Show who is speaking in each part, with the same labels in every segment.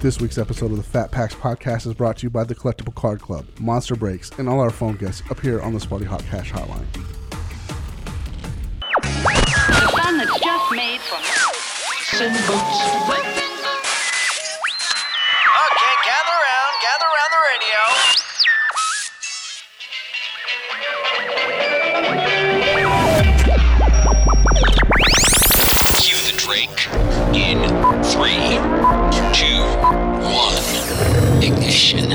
Speaker 1: This week's episode of the Fat Packs podcast is brought to you by the Collectible Card Club, Monster Breaks, and all our phone guests up here on the Sparty Hot Cash Hotline.
Speaker 2: The fun that's just made from.
Speaker 3: Okay, gather around, gather around the radio.
Speaker 4: Cue the Drake in three, two, one. Ignition.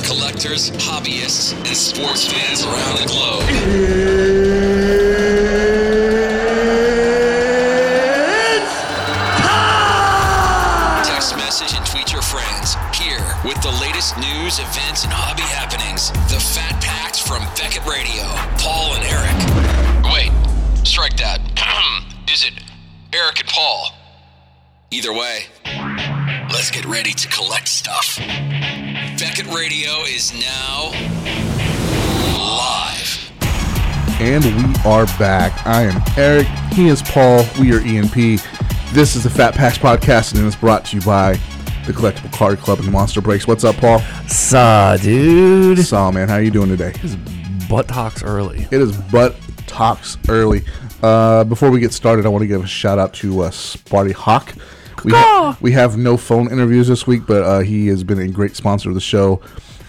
Speaker 4: Collectors, hobbyists, and sports fans around the globe. Text message and tweet your friends. Here with the latest news, events, and hobby happenings. The Fat Packs from Beckett Radio. Paul and Eric. Wait, strike that. Is it Eric and Paul? Either way, let's get ready to collect stuff. Beckett Radio is now live.
Speaker 1: And we are back. I am Eric. He is Paul. We are ENP. This is the Fat Packs podcast, and it's brought to you by the Collectible Card Club and Monster Breaks. What's up, Paul?
Speaker 5: Saw, dude.
Speaker 1: Saw man, how you doing today?
Speaker 5: Butt talks early.
Speaker 1: It is butt talks early. Uh, before we get started, I want to give a shout out to uh, Sparty Hawk. We, ha- we have no phone interviews this week, but uh, he has been a great sponsor of the show.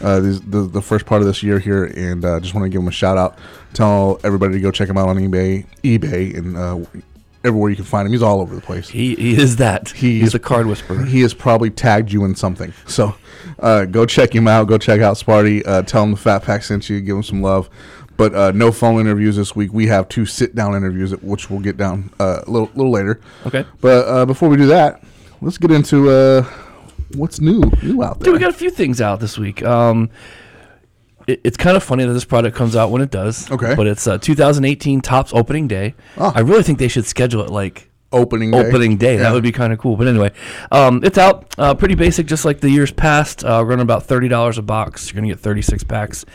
Speaker 1: Uh, this, the, the first part of this year here, and uh, just want to give him a shout out. Tell everybody to go check him out on eBay, eBay, and uh, everywhere you can find him. He's all over the place.
Speaker 5: He, he is that.
Speaker 1: He
Speaker 5: He's
Speaker 1: is-
Speaker 5: a card whisperer.
Speaker 1: He has probably tagged you in something. So uh, go check him out. Go check out Sparty. Uh, tell him the Fat Pack sent you. Give him some love. But uh, no phone interviews this week. We have two sit down interviews, which we'll get down uh, a little, little later.
Speaker 5: Okay.
Speaker 1: But uh, before we do that, let's get into uh, what's new new out there.
Speaker 5: Dude, we got a few things out this week. Um, it, it's kind of funny that this product comes out when it does.
Speaker 1: Okay.
Speaker 5: But it's uh, 2018 Tops opening day.
Speaker 1: Oh.
Speaker 5: I really think they should schedule it like
Speaker 1: opening day.
Speaker 5: opening day. That would be kind of cool. But anyway, um, it's out. Uh, pretty basic, just like the years past. Uh, running about thirty dollars a box. You're gonna get thirty six packs.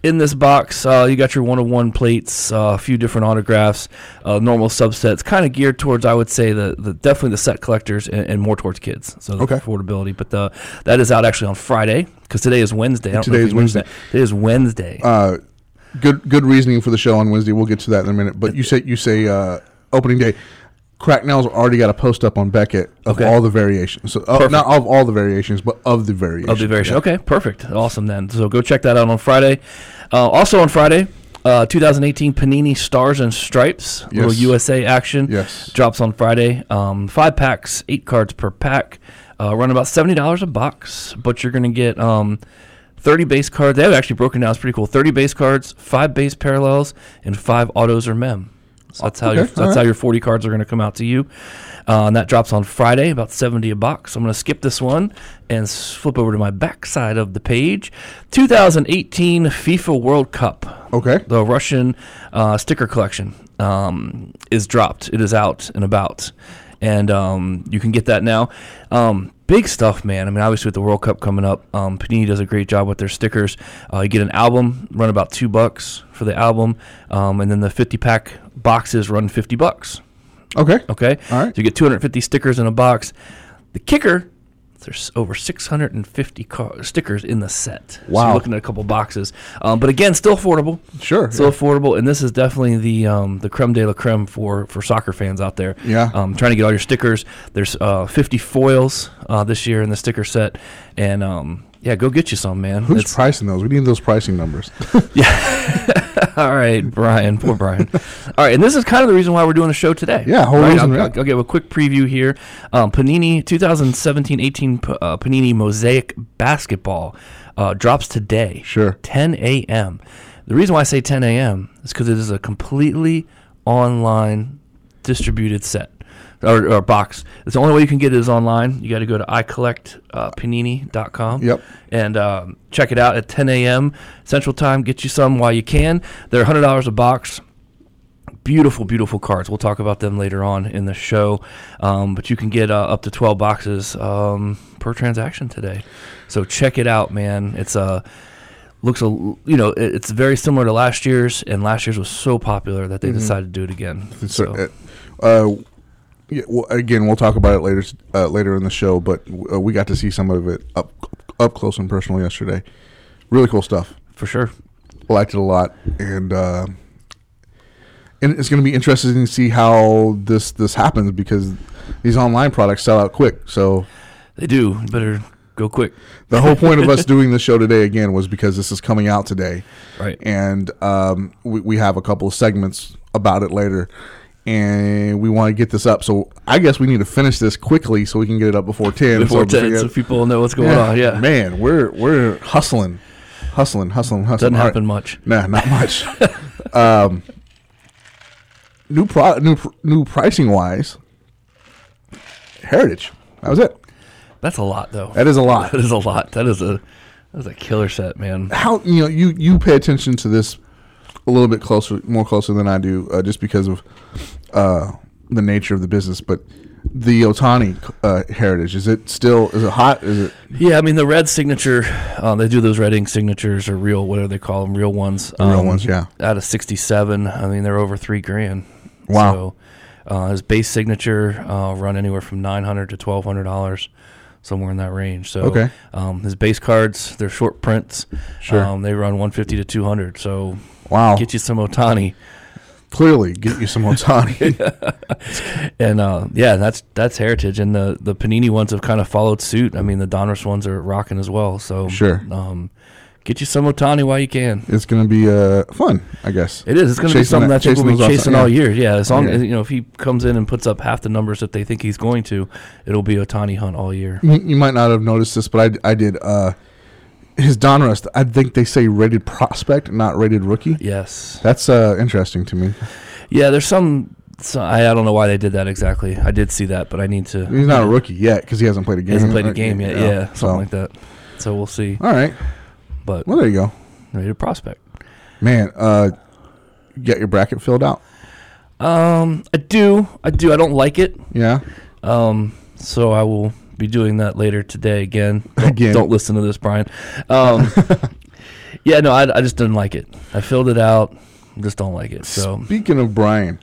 Speaker 5: In this box, uh, you got your one of one plates, uh, a few different autographs, uh, normal subsets, kind of geared towards, I would say, the, the definitely the set collectors and, and more towards kids. So the
Speaker 1: Okay.
Speaker 5: affordability, but the, that is out actually on Friday because today is Wednesday. I don't know
Speaker 1: Today
Speaker 5: if
Speaker 1: is
Speaker 5: you mentioned
Speaker 1: Wednesday.
Speaker 5: that. Today is Wednesday.
Speaker 1: Uh, good good reasoning for the show on Wednesday. We'll get to that in a minute. But you say you say uh, opening day. Cracknell's already got a post up on Beckett of
Speaker 5: Okay.
Speaker 1: all the variations. So uh,
Speaker 5: Perfect.
Speaker 1: not of all the variations, but of the variations.
Speaker 5: Of the variation. Okay, perfect. Awesome then. So go check that out on Friday. Uh, also on Friday, uh, 2018 Panini Stars and Stripes, little
Speaker 1: Yes.
Speaker 5: USA action.
Speaker 1: Yes.
Speaker 5: Drops on Friday. Um, five packs, eight cards per pack. Uh, run about $70 a box, but you're going to get um, 30 base cards. They have actually broken down. It's pretty cool. 30 base cards, five base parallels, and five autos or mem. So that's how
Speaker 1: Okay,
Speaker 5: your, that's
Speaker 1: all right.
Speaker 5: how your 40 cards are going to come out to you. Uh, and that drops on Friday, about 70 a box. I'm going to skip this one and s- flip over to my backside of the page. 2018 FIFA World Cup.
Speaker 1: Okay.
Speaker 5: The Russian uh, sticker collection um, is dropped. It is out and about. And um, you can get that now. Um, big stuff, man. I mean, obviously, with the World Cup coming up, um, Panini does a great job with their stickers. Uh, you get an album, run about two bucks for the album. Um, and then the 50 pack boxes run 50 bucks.
Speaker 1: Okay.
Speaker 5: Okay.
Speaker 1: All right.
Speaker 5: So you get 250 stickers in a box. The kicker, there's over 650 car- stickers in the set. So
Speaker 1: Wow.
Speaker 5: you're looking at a couple boxes. Um, but again, still affordable.
Speaker 1: Sure,
Speaker 5: Still
Speaker 1: yeah.
Speaker 5: affordable. And this is definitely the um, the creme de la creme for, for soccer fans out there.
Speaker 1: Yeah.
Speaker 5: Um, trying to get all your stickers. There's uh, 50 foils uh, this year in the sticker set. And um, yeah, go get you some, man.
Speaker 1: Who's
Speaker 5: It's-
Speaker 1: pricing those? We need those pricing numbers.
Speaker 5: All right, Brian. Poor Brian. All right, and this is kind of the reason why we're doing the show today.
Speaker 1: Yeah, whole
Speaker 5: Right,
Speaker 1: reason,
Speaker 5: I'll,
Speaker 1: yeah.
Speaker 5: I'll, I'll give a quick preview here. Um, Panini 2017-18 P- uh, Panini Mosaic Basketball uh, drops today.
Speaker 1: Sure.
Speaker 5: 10 a.m. The reason why I say 10 a.m. is because it is a completely online distributed set. Or, or box. It's the only way you can get it is online. You got to go to uh, icollectpanini.com
Speaker 1: Yep.
Speaker 5: and um, check it out at 10 a.m. Central Time. Get you some while you can. They're $100 a box. Beautiful, beautiful cards. We'll talk about them later on in the show. Um, but you can get uh, up to 12 boxes um, per transaction today. So check it out, man. It's Uh, Looks a you know it- it's very similar to last
Speaker 1: Mm-hmm.
Speaker 5: year's and last year's was so popular that they decided to do it again.
Speaker 1: So,
Speaker 5: So
Speaker 1: uh, uh, Yeah, well, again, we'll talk about it later uh, later in the show, but uh, we got to see some of it up up close and personal yesterday. Really cool stuff.
Speaker 5: for sure.
Speaker 1: Liked it a lot, and uh, and it's going to be interesting to see how this this happens because these online products sell out quick. So
Speaker 5: They do. Better go quick.
Speaker 1: the whole point of us doing the show today again was because this is coming out today,
Speaker 5: Right.
Speaker 1: And um, we, we have a couple of segments about it later, and we want to get this up. So I guess we need to finish this quickly so we can get it up before ten.
Speaker 5: Before
Speaker 1: so
Speaker 5: 10,
Speaker 1: forget-
Speaker 5: so people know what's going
Speaker 1: yeah,
Speaker 5: on. Yeah.
Speaker 1: man, we're we're hustling, hustling, hustling, hustling.
Speaker 5: Doesn't
Speaker 1: All right.
Speaker 5: happen much.
Speaker 1: Nah, not much. um, new pro, new pr- new pricing wise. Heritage. That was it.
Speaker 5: That's a lot, though.
Speaker 1: That is a lot.
Speaker 5: That is a lot. That is a that is a killer set, man.
Speaker 1: how you know you you pay attention to this a little bit closer, more closer than I do, uh, just because of uh, the nature of the business. But the Otani uh, heritage is it still is it hot? Is it
Speaker 5: Yeah, I mean the red signature. Uh, they do those red ink signatures or real, whatever they call them, real ones. Um,
Speaker 1: real ones, yeah.
Speaker 5: Out of sixty-seven, I mean they're over three grand.
Speaker 1: Wow.
Speaker 5: So, uh, his base signature uh, run anywhere from nine hundred to twelve hundred dollars, somewhere in that range. So
Speaker 1: Okay.
Speaker 5: um, his base cards, they're short prints.
Speaker 1: Sure.
Speaker 5: Um, they run one fifty to two hundred. So
Speaker 1: wow?
Speaker 5: get you some Otani.
Speaker 1: Clearly, get you some Otani.
Speaker 5: And uh, yeah, that's that's heritage, and the the Panini ones have kind of followed suit. I mean, the Donruss ones are rocking as well. So
Speaker 1: Sure.
Speaker 5: um, get you some Otani while you can.
Speaker 1: it's gonna be uh, fun, I guess.
Speaker 5: It is. It's going to be
Speaker 1: Chasing
Speaker 5: something
Speaker 1: that-
Speaker 5: that people will be
Speaker 1: chasing those
Speaker 5: chasing
Speaker 1: outside,
Speaker 5: all
Speaker 1: yeah.
Speaker 5: year. Yeah, as long
Speaker 1: Yeah.
Speaker 5: as you know if he comes in and puts up half the numbers that they think he's going to, it'll be Otani hunt all year.
Speaker 1: You, you might not have noticed this, but I I did. Uh, his Donruss, I think they say rated prospect, not rated rookie.
Speaker 5: Yes.
Speaker 1: That's uh, interesting to me.
Speaker 5: Yeah. There's some. So I, I don't know why they did that exactly. I did see that, but I need to.
Speaker 1: He's not a rookie yet because he hasn't played a game.
Speaker 5: He hasn't played
Speaker 1: uh,
Speaker 5: a game yet.
Speaker 1: you know,
Speaker 5: Yeah, something
Speaker 1: so.
Speaker 5: like that. So we'll see.
Speaker 1: All right.
Speaker 5: But
Speaker 1: Well, there you go.
Speaker 5: rated prospect.
Speaker 1: Man, uh, you got your bracket filled out.
Speaker 5: Um, I do. I do. I don't like it.
Speaker 1: Yeah.
Speaker 5: Um, so I will be doing that later today again. Don't,
Speaker 1: Again.
Speaker 5: don't listen to this, Brian. Um, yeah, no, I, I just didn't like it. I filled it out. Just don't like it. So
Speaker 1: Speaking of Brian,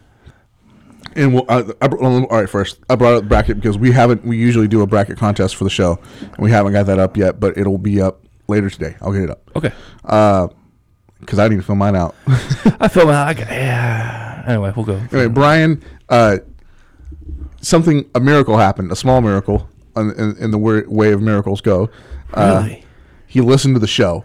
Speaker 1: and we'll, I, I, br- all right, first, I brought up the bracket because we haven't, we usually do a bracket contest for the show, and we haven't got that up yet, but it'll be up later today. I'll get it up
Speaker 5: okay,
Speaker 1: because I need to fill mine out.
Speaker 5: I filled out. I got, yeah. Anyway, we'll go.
Speaker 1: anyway, Brian, uh, something, a miracle happened, a small miracle in, in, in the wor- way of miracles go. Uh,
Speaker 5: Really?
Speaker 1: He listened to the show.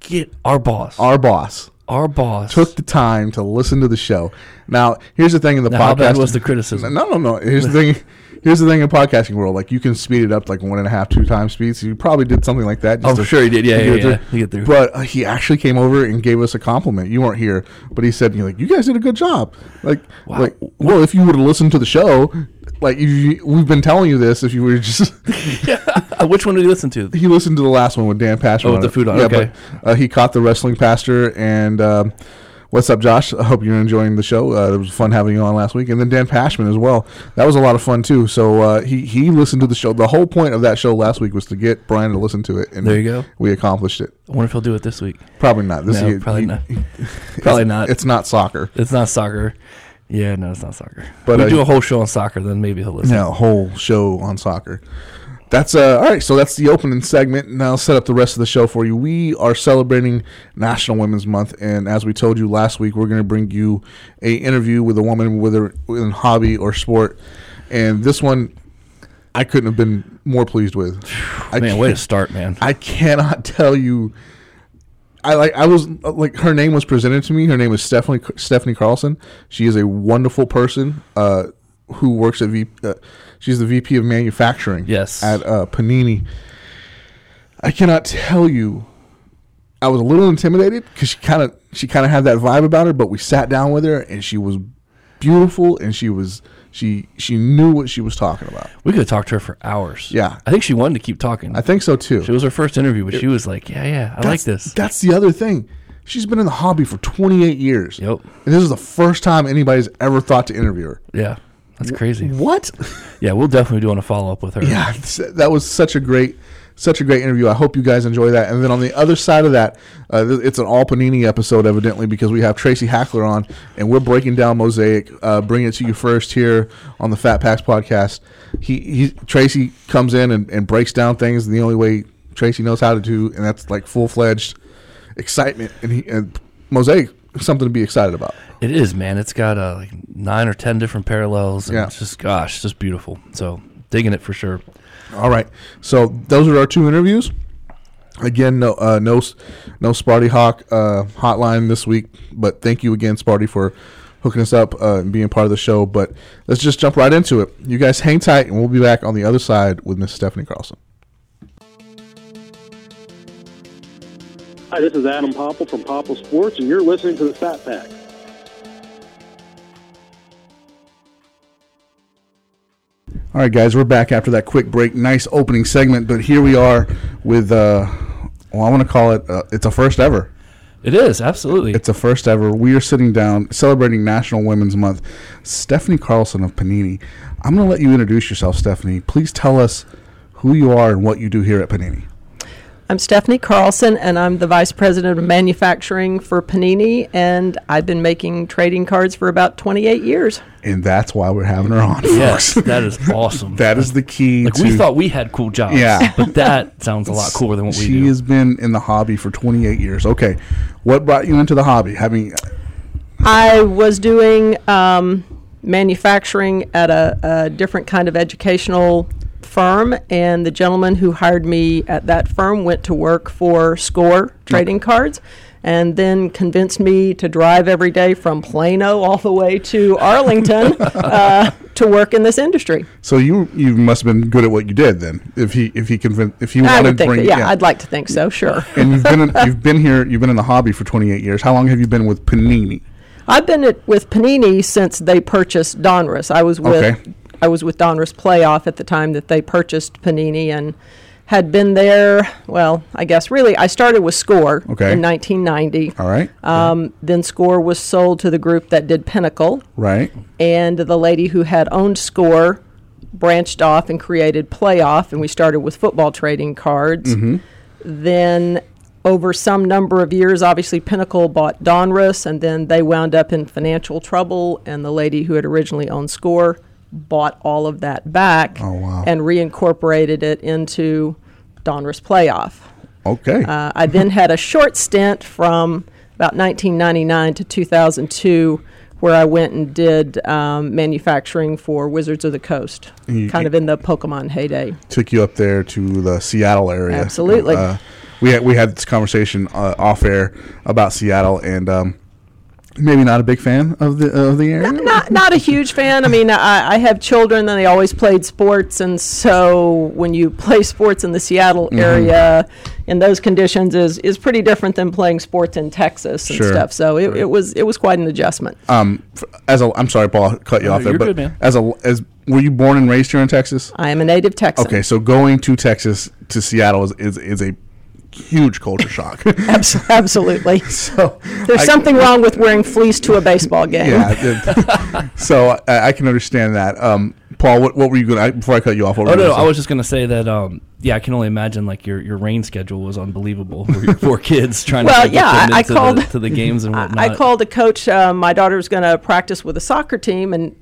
Speaker 5: Get our boss. Our,
Speaker 1: Our boss.
Speaker 5: boss
Speaker 1: took the time to listen to the show. Now, here's the thing in the
Speaker 5: Now,
Speaker 1: podcast.
Speaker 5: how bad was the criticism?
Speaker 1: No, no, no. Here's the thing. Here's the thing in podcasting world. Like you can speed it up like one and a half, two times speed. So you probably did something like that.
Speaker 5: I'm Oh, sure he did. Yeah,
Speaker 1: to get it
Speaker 5: yeah, yeah.
Speaker 1: through.
Speaker 5: To get through.
Speaker 1: But uh, he actually came over and gave us a compliment. You weren't here, but he said, "You like you guys did a good job." Like, like well, if you would have listened to the show, like if you, we've been telling you this, if you were just
Speaker 5: Uh, Which one did you listen to?
Speaker 1: he listened to the last one with Dan Pastor.
Speaker 5: Oh, with the food on, okay.
Speaker 1: but, uh, he caught the wrestling pastor and. Um, What's up, Josh? I hope you're enjoying the show. Uh, it was fun having you on last week, and then Dan Pashman as well. That was a lot of fun too. So uh, he he listened to the show. The whole point of that show last week was to get Brian to listen to it, and
Speaker 5: There you go.
Speaker 1: We accomplished it.
Speaker 5: I wonder if he'll do it this week.
Speaker 1: Probably not. This
Speaker 5: No,
Speaker 1: he-
Speaker 5: probably
Speaker 1: he-
Speaker 5: not. Probably
Speaker 1: it's-
Speaker 5: not.
Speaker 1: It's not soccer.
Speaker 5: It's not soccer. Yeah, no, it's not soccer.
Speaker 1: But,
Speaker 5: But we
Speaker 1: uh,
Speaker 5: do a whole show on soccer, then maybe he'll listen.
Speaker 1: Yeah, a whole show on soccer. That's uh, all right. So that's the opening segment. Now I'll set up the rest of the show for you. We are celebrating National Women's Month, and as we told you last week, we're going to bring you a interview with a woman whether in hobby or sport. And this one, I couldn't have been more pleased with. I
Speaker 5: Man, way to
Speaker 1: can't-
Speaker 5: start, man.
Speaker 1: I cannot tell you. I like. I was like. Her name was presented to me. Her name is Stephanie Stephanie Carlson. She is a wonderful person. Uh, who works at V. Uh, she's the VP of manufacturing.
Speaker 5: Yes.
Speaker 1: At uh, Panini. I cannot tell you. I was a little intimidated because she kind of she kind of had that vibe about her. But we sat down with her and she was beautiful and she was she she knew what she was talking about.
Speaker 5: We could have talked to her for hours.
Speaker 1: Yeah.
Speaker 5: I think she wanted to keep talking.
Speaker 1: I think so too.
Speaker 5: It was her first interview, but she was like, "Yeah, yeah, I like
Speaker 1: That's-
Speaker 5: this."
Speaker 1: That's the other thing. She's been in the hobby for 28 years.
Speaker 5: Yep.
Speaker 1: And this is the first time anybody's ever thought to interview her.
Speaker 5: yeah, that's crazy.
Speaker 1: What?
Speaker 5: Yeah, we'll definitely do on a follow up with her.
Speaker 1: yeah, it's- that was such a great Such a great interview. I hope you guys enjoy that. And then on the other side of that, uh, th- it's an all Panini episode, evidently, because we have Tracy Hackler on, and we're breaking down Mosaic, uh, bringing it to you first here on the Fat Packs podcast. He, he Tracy comes in and, and breaks down things the only way Tracy knows how to do, and that's like full fledged excitement. And, he, and Mosaic, something to be excited about.
Speaker 5: It is, man. It's got uh, like nine or ten different parallels. And
Speaker 1: Yeah.
Speaker 5: It's just, gosh, it's just beautiful. So digging it for sure.
Speaker 1: All right. So those are our two interviews. Again, no, uh, no, s- no Sparty Hawk uh, hotline this week, but thank you again, Sparty, for hooking us up uh, and being part of the show. But let's just jump right into it. You guys hang tight, and we'll be back on the other side with Miss Stephanie Carlson.
Speaker 6: Hi, this is Adam Popple from Popple Sports, and you're listening to the Fat Pack.
Speaker 1: All right, guys, we're back after that quick break. Nice opening segment, but here we are with. Uh, well, I want to call it. Uh, it's a first ever.
Speaker 5: It is, absolutely.
Speaker 1: It's a first ever. We are sitting down celebrating National Women's Month. Stephanie Carlson of Panini. I'm going to let you introduce yourself, Stephanie. Please tell us who you are and what you do here at Panini.
Speaker 7: I'm Stephanie Carlson, and I'm the Vice President of Manufacturing for Panini, and I've been making trading cards for about 28 years.
Speaker 1: And that's why we're having her on.
Speaker 5: yes,
Speaker 1: folks.
Speaker 5: that is awesome.
Speaker 1: that is the key.
Speaker 5: like
Speaker 1: to,
Speaker 5: we thought we had cool jobs.
Speaker 1: Yeah.
Speaker 5: But that sounds a lot cooler than what we
Speaker 1: she
Speaker 5: do.
Speaker 1: has been in the hobby for 28 years. Okay, what brought you into the hobby? Having
Speaker 7: I was doing um, manufacturing at a, a different kind of educational firm, and the gentleman who hired me at that firm went to work for Score Trading Cards. And then convinced me to drive every day from Plano all the way to Arlington uh, to work in this industry.
Speaker 1: so you you must have been good at what you did then. If he if he convinced if you
Speaker 7: I
Speaker 1: wanted to
Speaker 7: would think,
Speaker 1: bring
Speaker 7: that, yeah, I'd like to think so. Sure,
Speaker 1: and you've been in, you've been here you've been in the hobby for 28 years. How long have you been with Panini?
Speaker 7: I've been at, with Panini since they purchased Donruss. I was with
Speaker 1: Okay.
Speaker 7: I was with Donruss Playoff at the time that they purchased Panini and had been there. Well, I guess really I started with Score
Speaker 1: Okay.
Speaker 7: in 1990.
Speaker 1: All right.
Speaker 7: Um, then Score was sold to the group that did Pinnacle,
Speaker 1: Right.
Speaker 7: and the lady who had owned Score branched off and created Playoff, and we started with football trading cards.
Speaker 1: Mm-hmm.
Speaker 7: Then, over some number of years, obviously Pinnacle bought Donruss, and then they wound up in financial trouble, and the lady who had originally owned Score bought all of that back
Speaker 1: Oh, wow.
Speaker 7: and reincorporated it into Donruss Playoff.
Speaker 1: Okay.
Speaker 7: Uh, I then had a short stint from about 1999 to 2002 where I went and did um, manufacturing for Wizards of the Coast,
Speaker 1: You-
Speaker 7: kind of in the Pokemon heyday.
Speaker 1: Took you up there to the Seattle area.
Speaker 7: Absolutely.
Speaker 1: Uh, we had we had this conversation uh, off air about Seattle and um, maybe not a big fan of the of the area.
Speaker 7: Not, not a huge fan. I mean, I, I have children and they always played sports, and so when you play sports in the Seattle
Speaker 1: Mm-hmm.
Speaker 7: area in those conditions is is pretty different than playing sports in Texas and
Speaker 1: Sure.
Speaker 7: stuff. So it, it was it was quite an adjustment.
Speaker 1: Um, f- as a I'm sorry, Paul, I cut you
Speaker 5: No,
Speaker 1: off there.
Speaker 5: you're
Speaker 1: but
Speaker 5: good, man.
Speaker 1: as a as were you born and raised here in Texas?
Speaker 7: I am a native Texan.
Speaker 1: Okay, so going to Texas to Seattle is is, is a huge culture shock.
Speaker 7: Abs- absolutely.
Speaker 1: so
Speaker 7: There's
Speaker 1: I-
Speaker 7: something wrong with wearing fleece to a baseball game.
Speaker 1: Yeah. it- so I, I can understand that. Um, Paul, what, what were you going to, before I cut you off? What
Speaker 5: Oh
Speaker 1: were you
Speaker 5: no,
Speaker 1: gonna
Speaker 5: I
Speaker 1: say?
Speaker 5: was just gonna say that. Um, yeah, I can only imagine like your, your rain schedule was unbelievable for your four kids trying
Speaker 7: Well,
Speaker 5: to get
Speaker 7: yeah,
Speaker 5: them
Speaker 7: I- I
Speaker 5: into
Speaker 7: called-
Speaker 5: the, to the games and whatnot.
Speaker 7: I, I called the coach. Uh, my daughter was going to practice with a soccer team, and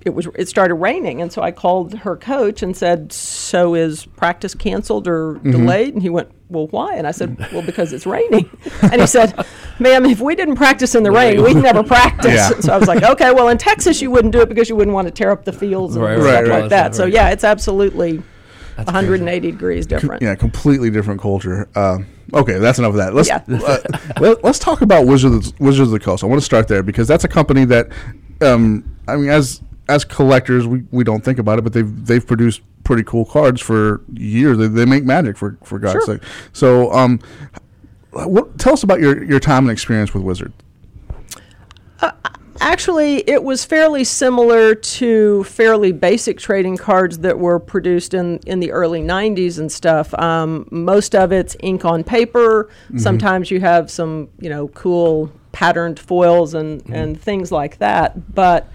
Speaker 7: it was it started raining, and so I called her coach and said, "So is practice canceled or
Speaker 1: Mm-hmm.
Speaker 7: delayed?" And he went, "Well, why?" And I said, "Well, because it's raining." and he said, "Ma'am, if we didn't practice in the rain, we'd never practice."
Speaker 1: Yeah.
Speaker 7: So I was like, "Okay, well, in Texas, you wouldn't do it because you wouldn't want to tear up the fields and
Speaker 5: Right,
Speaker 7: stuff
Speaker 1: right,
Speaker 7: like
Speaker 1: right.
Speaker 7: that." So
Speaker 5: Right.
Speaker 7: yeah, it's absolutely 180 degrees different.
Speaker 1: yeah, completely different culture. Um, okay, that's enough of that. Let's
Speaker 7: Yeah.
Speaker 1: uh, let, us talk about Wizards Wizards of the Coast. I want to start there because that's a company that, um, I mean, as as collectors, we, we don't think about it, but they've they've produced pretty cool cards for years. They, they make magic for for God's
Speaker 7: Sure.
Speaker 1: sake. So, um, what tell us about your your time and experience with Wizard.
Speaker 7: Actually, it was fairly similar to fairly basic trading cards that were produced in, in the early 90s and stuff. Um, most of it's ink on paper.
Speaker 1: Mm-hmm.
Speaker 7: Sometimes you have
Speaker 1: Mm-hmm.
Speaker 7: some, you know, cool patterned foils and, and things like that. But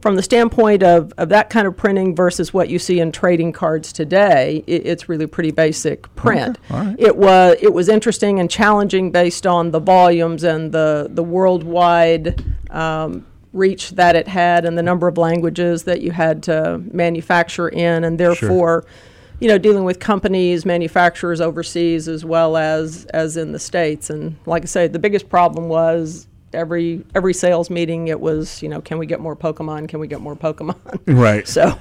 Speaker 7: from the standpoint of, of that kind of printing versus what you see in trading cards today, it, it's really pretty basic print.
Speaker 1: all right.
Speaker 7: It was it was interesting and challenging based on the volumes and the the worldwide um, reach that it had and the number of languages that you had to manufacture in, and therefore. You know, dealing with companies, manufacturers overseas as well as as in the states, and like I say, the biggest problem was every every sales meeting. It was you know, can we get more Pokemon? Can we get more Pokemon?
Speaker 1: Right.
Speaker 7: So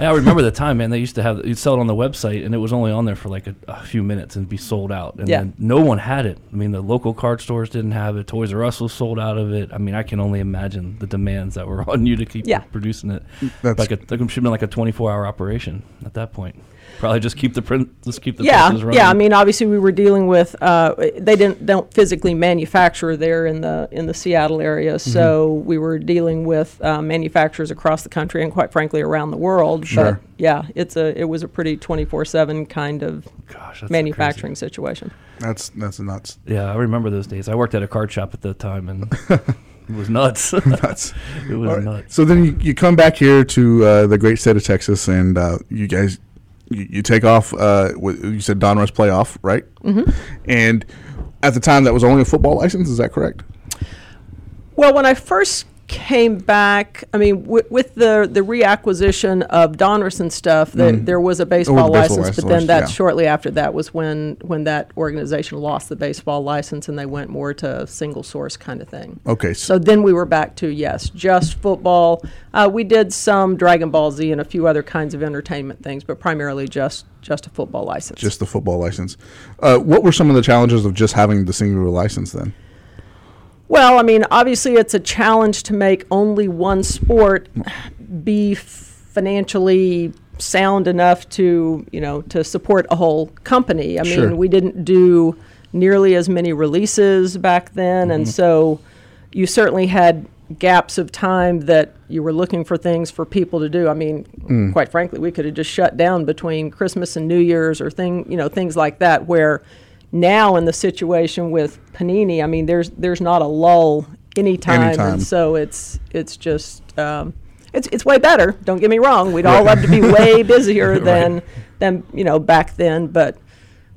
Speaker 5: Yeah, I remember the time, man. They used to have you'd sell it on the website, and it was only on there for like a, a few minutes and be sold out. And
Speaker 7: Yeah.
Speaker 5: then no one had it. I mean, the local card stores didn't have it. Toys R Us was sold out of it. I mean, I can only imagine the demands that were on you to keep
Speaker 7: Yeah.
Speaker 5: producing it.
Speaker 1: Mm, That's-
Speaker 5: like a, that should have been like a twenty four hour operation at that point. Probably just keep the print. Just keep the
Speaker 7: yeah,
Speaker 5: prices running.
Speaker 7: yeah. I mean, obviously, we were dealing with uh, they didn't don't physically manufacture there in the in the Seattle area,
Speaker 5: Mm-hmm.
Speaker 7: so we were dealing with uh, manufacturers across the country and quite frankly around the world.
Speaker 1: Sure.
Speaker 7: But yeah, it's a it was a pretty twenty four seven kind of
Speaker 5: Gosh, that's
Speaker 7: manufacturing situation.
Speaker 1: That's that's nuts.
Speaker 5: crazy. Yeah, I remember those days. I worked at a card shop at the time, and it was nuts.
Speaker 1: Nuts.
Speaker 5: it was
Speaker 1: All right.
Speaker 5: nuts.
Speaker 1: So then you, you come back here to uh, the great state of Texas, and uh, you guys you, you take off. Uh, wi- you said Donruss playoff, right? Mm-hmm. And at the time, that was only a football license. Is that correct?
Speaker 7: Well, when I first came back, I mean, wi with the the reacquisition of Donruss and stuff, the,
Speaker 1: Mm-hmm.
Speaker 7: there was a baseball,
Speaker 1: baseball
Speaker 7: license, but
Speaker 1: license,
Speaker 7: then that
Speaker 1: yeah.
Speaker 7: shortly after that was when when that organization lost the baseball license and they went more to single source kind of thing.
Speaker 1: Okay.
Speaker 7: So then we were back to yes, just football. Uh, we did some Dragon Ball Z and a few other kinds of entertainment things, but primarily just just a football license.
Speaker 1: just the football license. Uh, what were some of the challenges of just having the singular license then?
Speaker 7: Well, I mean, obviously, it's a challenge to make only one sport be financially sound enough to, you know, to support a whole company. I
Speaker 1: Sure.
Speaker 7: mean, we didn't do nearly as many releases back then, and so you certainly had gaps of time that you were looking for things for people to do. I mean, quite frankly, we could have just shut down between Christmas and New Year's or thing, you know, things like that where now in the situation with Panini, I mean, there's there's not a lull anytime,
Speaker 1: Anytime.
Speaker 7: and so it's it's just um, it's it's way better. Don't get me wrong; we'd all love to be way busier than than you know back then, but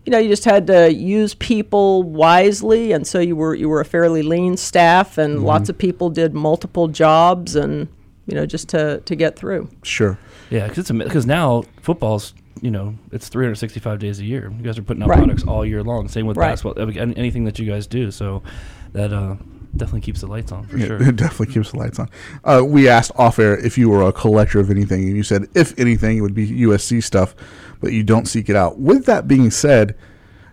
Speaker 7: you know you just had to use people wisely, and so you were you were a fairly lean staff, and lots of people did multiple jobs, and you know just to to get through.
Speaker 1: Sure.
Speaker 5: Yeah, because now football's you know it's 365 days a year. You guys are putting out
Speaker 7: Right.
Speaker 5: products all year long. Same with
Speaker 7: Right.
Speaker 5: basketball. I mean, an- anything that you guys do, so that uh, definitely keeps the lights on for
Speaker 1: Yeah,
Speaker 5: sure.
Speaker 1: It definitely keeps the lights on. Uh, we asked off air if you were a collector of anything, and you said if anything, it would be USC stuff, but you don't seek it out. With that being said,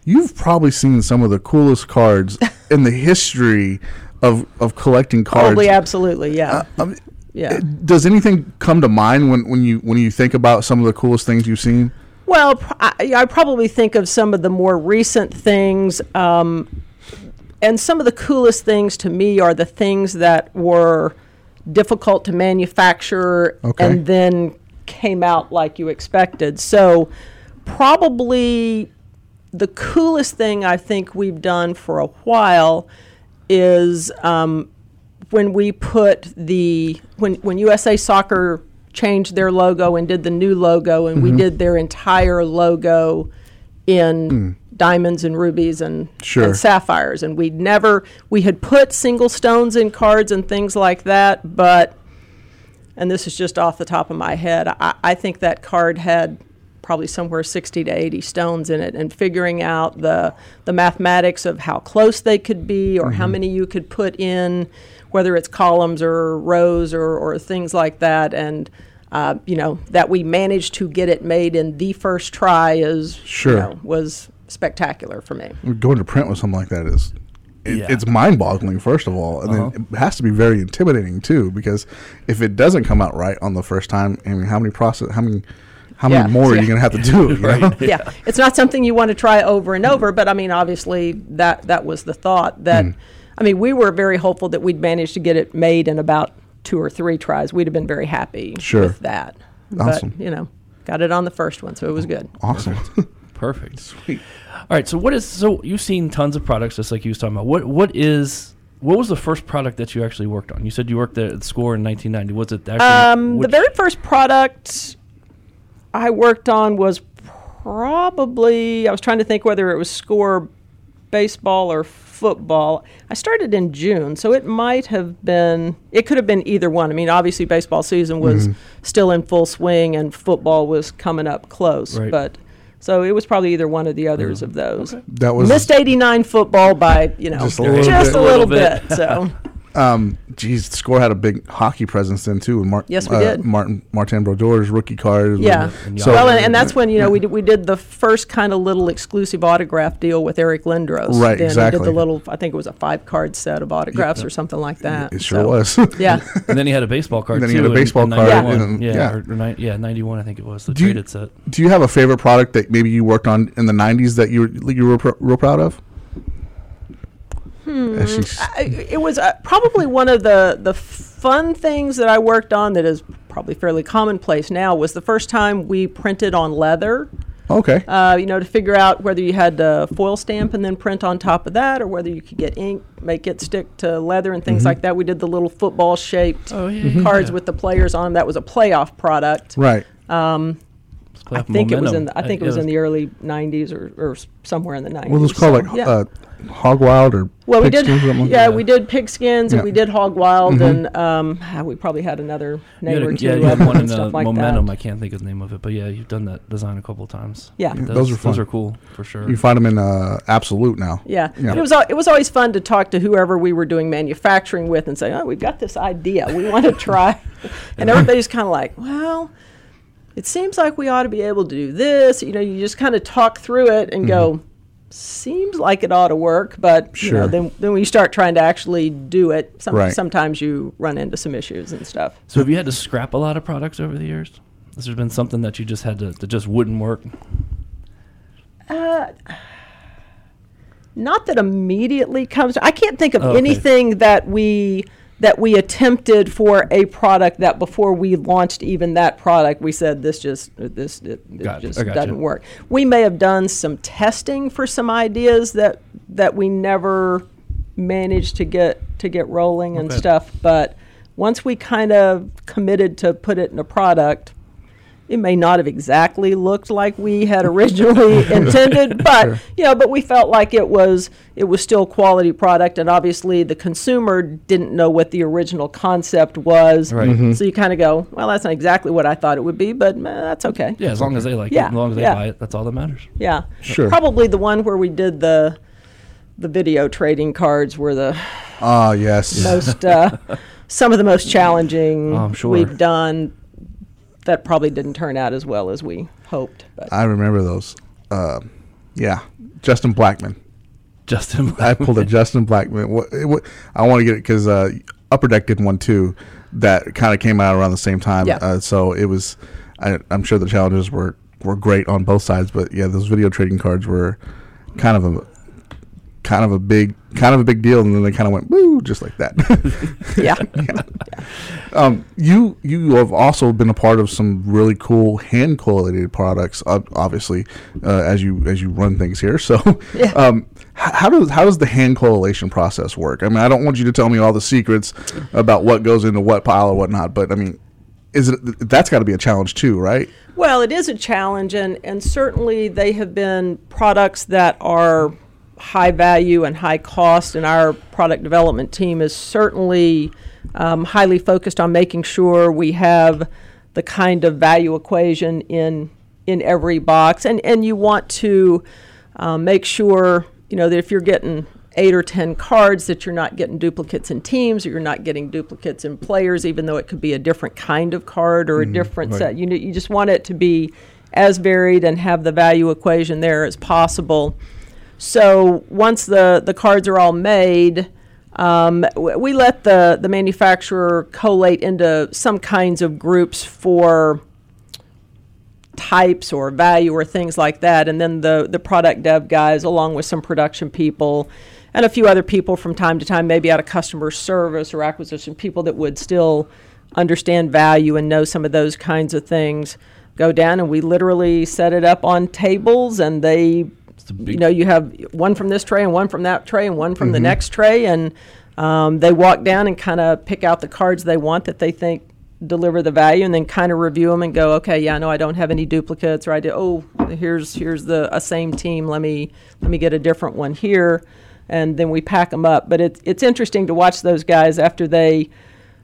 Speaker 1: you've probably seen some of the coolest cards in the history of of collecting cards.
Speaker 7: Probably, absolutely, yeah.
Speaker 1: Um,
Speaker 7: Yeah.
Speaker 1: Does anything come to mind when, when you when you think about some of the coolest things you've seen?
Speaker 7: Well, pr- I, I probably think of some of the more recent things. Um, and some of the coolest things to me are the things that were difficult to manufacture
Speaker 1: Okay.
Speaker 7: and then came out like you expected. So, probably the coolest thing I think we've done for a while is um, when we put the when when USA Soccer changed their logo and did the new logo, and we did their entire logo in diamonds and rubies and,
Speaker 1: Sure.
Speaker 7: and sapphires, and we never we had put single stones in cards and things like that, but and this is just off the top of my head, I, I think that card had probably somewhere 60 to 80 stones in it, and figuring out the, the mathematics of how close they could be or how many you could put in, whether it's columns or rows or, or things like that. And, uh, you know, that we managed to get it made in the first try is, you
Speaker 1: Sure.
Speaker 7: know, was spectacular for me.
Speaker 1: going to print with something like that is it,
Speaker 5: Yeah.
Speaker 1: it's mind-boggling first of all and then it has to be very intimidating too because if it doesn't come out right on the first time I mean how many process how many how many
Speaker 7: Yeah.
Speaker 1: more are
Speaker 7: Yeah.
Speaker 1: you going to have to do you know?
Speaker 7: yeah. it's not something you want to try over and over. But I mean, obviously, that that was the thought. That
Speaker 1: Mm.
Speaker 7: I mean, we were very hopeful that we'd managed to get it made in about two or three tries. We'd have been very happy
Speaker 1: Sure.
Speaker 7: with that.
Speaker 1: Awesome.
Speaker 7: But you know, got it on the first one, so it was good.
Speaker 1: awesome
Speaker 5: Perfect. Sweet. All right. So what is so you've seen tons of products, just like you was talking about. What what is What was the first product that you actually worked on? You said you worked at Score in 1990. Was it actually
Speaker 7: Um, the
Speaker 5: which-
Speaker 7: very first product I worked on was probably I was trying to think whether it was score baseball or football. I started in June, so it might have been it could have been either one. I mean, obviously baseball season was
Speaker 1: Mm-hmm.
Speaker 7: still in full swing and football was coming up close,
Speaker 5: Right.
Speaker 7: but so it was probably either one or the others of those.
Speaker 1: That was
Speaker 7: Missed 89 football by, you know,
Speaker 1: Just a little bit.
Speaker 7: a little
Speaker 5: Little bit.
Speaker 7: bit so
Speaker 1: Um, geez, the score had a big hockey presence then too. And Mar-
Speaker 7: Yes, we
Speaker 1: uh,
Speaker 7: did.
Speaker 1: Martin Martin Brodeur's rookie card.
Speaker 7: Yeah.
Speaker 1: And
Speaker 5: y'all
Speaker 1: so
Speaker 5: were
Speaker 7: well, and, and that's when you know we did, we did the first kind of little exclusive autograph deal with Eric Lindros.
Speaker 1: Right,
Speaker 7: Then He
Speaker 1: exactly.
Speaker 7: did the little, I think it was a five card set of autographs or something like that.
Speaker 1: it sure
Speaker 7: So,
Speaker 1: was.
Speaker 7: Yeah.
Speaker 5: and then he had a baseball card.
Speaker 1: then
Speaker 5: too,
Speaker 1: he had a
Speaker 5: in-
Speaker 1: baseball
Speaker 5: in
Speaker 1: card
Speaker 5: 91.
Speaker 1: and-
Speaker 5: yeah,
Speaker 1: yeah.
Speaker 5: Or, or ni- yeah, 91, I think it was the
Speaker 1: Do you-
Speaker 5: traded set.
Speaker 1: Do you have a favorite product that maybe you worked on in the '90s that you were, you were pr- real proud of? Hmm.
Speaker 7: I- it was uh, probably one of the the fun things that I worked on that is probably fairly commonplace now was the first time we printed on leather.
Speaker 1: okay.
Speaker 7: uh, you know, to figure out whether you had to foil stamp and then print on top of that, or whether you could get ink, make it stick to leather and things like that. We did the little football shaped
Speaker 5: Oh, yeah, yeah,
Speaker 7: cards
Speaker 5: yeah.
Speaker 7: with the players on 'em. That was a playoff product.
Speaker 1: right.
Speaker 7: uh,
Speaker 5: I
Speaker 7: I think it was in. The, I think it was in the early '90s or, or s- somewhere in the '90s.
Speaker 1: What was called like
Speaker 7: yeah.
Speaker 1: uh, hog wild or
Speaker 7: well, we
Speaker 1: pig
Speaker 7: did.
Speaker 1: skins or something?
Speaker 7: Yeah, we did pigskins
Speaker 1: Yeah.
Speaker 7: and we did hog wild, and um, ah, we probably had another
Speaker 5: You
Speaker 7: name
Speaker 5: had a-
Speaker 7: or two
Speaker 5: yeah,
Speaker 7: of
Speaker 5: you had
Speaker 7: them
Speaker 5: one in
Speaker 7: and
Speaker 5: the
Speaker 7: uh, stuff like
Speaker 5: momentum. I
Speaker 7: that.
Speaker 5: can't think of the name of it, but yeah, you've done that design a couple of times.
Speaker 7: Yeah. Yeah,
Speaker 1: those
Speaker 5: Those-
Speaker 1: are fun.
Speaker 5: Those are cool for sure.
Speaker 1: You find them in uh, Absolute now.
Speaker 7: Yeah.
Speaker 1: Yeah.
Speaker 7: And It was al- it was always fun to talk to whoever we were doing manufacturing with and say, "Oh, we've got this idea. We want to try." and everybody's kind of like, "Well, it seems like we ought to be able to do this." You know, you just kind of talk through it and go, "Seems like it ought to work," but
Speaker 1: Mm-hmm.
Speaker 7: you
Speaker 1: Sure.
Speaker 7: know, then then when you start trying to actually do it, some,
Speaker 1: Right.
Speaker 7: sometimes you run into some issues and stuff.
Speaker 5: so have you had to scrap a lot of products over the years? Has there been something that you just had to that just wouldn't work?
Speaker 7: not that immediately comes i can't think of
Speaker 5: Oh, okay.
Speaker 7: anything that we that we attempted for a product that before we launched even that product we said this just this it, it
Speaker 5: Gotcha.
Speaker 7: just
Speaker 5: I gotcha.
Speaker 7: doesn't work we may have done some testing for some ideas that that we never managed to get to get rolling and
Speaker 5: Okay.
Speaker 7: stuff but once we kind of committed to put it in a product it may not have exactly looked like we had originally intended, but you know, but we felt like it was it was still quality product, and obviously the consumer didn't know what the original concept was,
Speaker 5: Right. Mhm.
Speaker 7: so you kind of go, well, that's not exactly what I thought it would be, but eh, that's okay.
Speaker 5: Yeah, as long as they like
Speaker 7: Yeah,
Speaker 5: it, as long as they
Speaker 7: yeah.
Speaker 5: buy it, that's all that matters.
Speaker 7: Yeah.
Speaker 1: Sure.
Speaker 7: Probably the one where we did the the video trading cards were the
Speaker 1: Ah, yes.
Speaker 7: most uh, some of the most challenging
Speaker 5: Oh, I'm sure.
Speaker 7: we've done. That probably didn't turn out as well as we hoped, but.
Speaker 1: I remember those. Uh, yeah, Justin Blackman.
Speaker 5: Justin,
Speaker 1: I pulled a Justin Blackman. What, it, what, I want to get it because uh, Upper Deck did one too. That kind of came out around the same time.
Speaker 7: Yeah.
Speaker 1: Uh, so it was. I, I'm sure the challenges were were great on both sides, but yeah, those video trading cards were kind of a kind of a big kind of a big deal, and then they kind of went boo just like that.
Speaker 7: yeah.
Speaker 1: Um, you you have also been a part of some really cool hand correlated products, ob- obviously, uh, as you as you run things here. So, um, h- how does how does the hand correlation process work? I mean, I don't want you to tell me all the secrets about what goes into what pile or whatnot, but I mean, is it th- that's got to be a challenge too, right?
Speaker 7: Well, it is a challenge, and, and certainly they have been products that are high value and high cost, and our product development team is certainly um, highly focused on making sure we have the kind of value equation in in every box, and and you want to um, make sure you know that if you're getting eight or ten cards that you're not getting duplicates in teams or you're not getting duplicates in players even though it could be a different kind of card or a different set you, kn- you just want it to be as varied and have the value equation there as possible so once the, the cards are all made um, w- we let the, the manufacturer collate into some kinds of groups for types or value or things like that. And then the, the product dev guys, along with some production people and a few other people from time to time, maybe out of customer service or acquisition, people that would still understand value and know some of those kinds of things, go down and we literally set it up on tables and
Speaker 5: a
Speaker 7: they. You
Speaker 5: big-
Speaker 7: know, you have one from this tray and one from that tray and one from the next tray, and Um, they walk down and kind of pick out the cards they want that they think deliver the value, and then kind of review them and go, okay, yeah, I know I don't have any duplicates, or I do. Oh, here's here's the a same team. Let me let me get a different one here, and then we pack them up. But it's it's interesting to watch those guys after they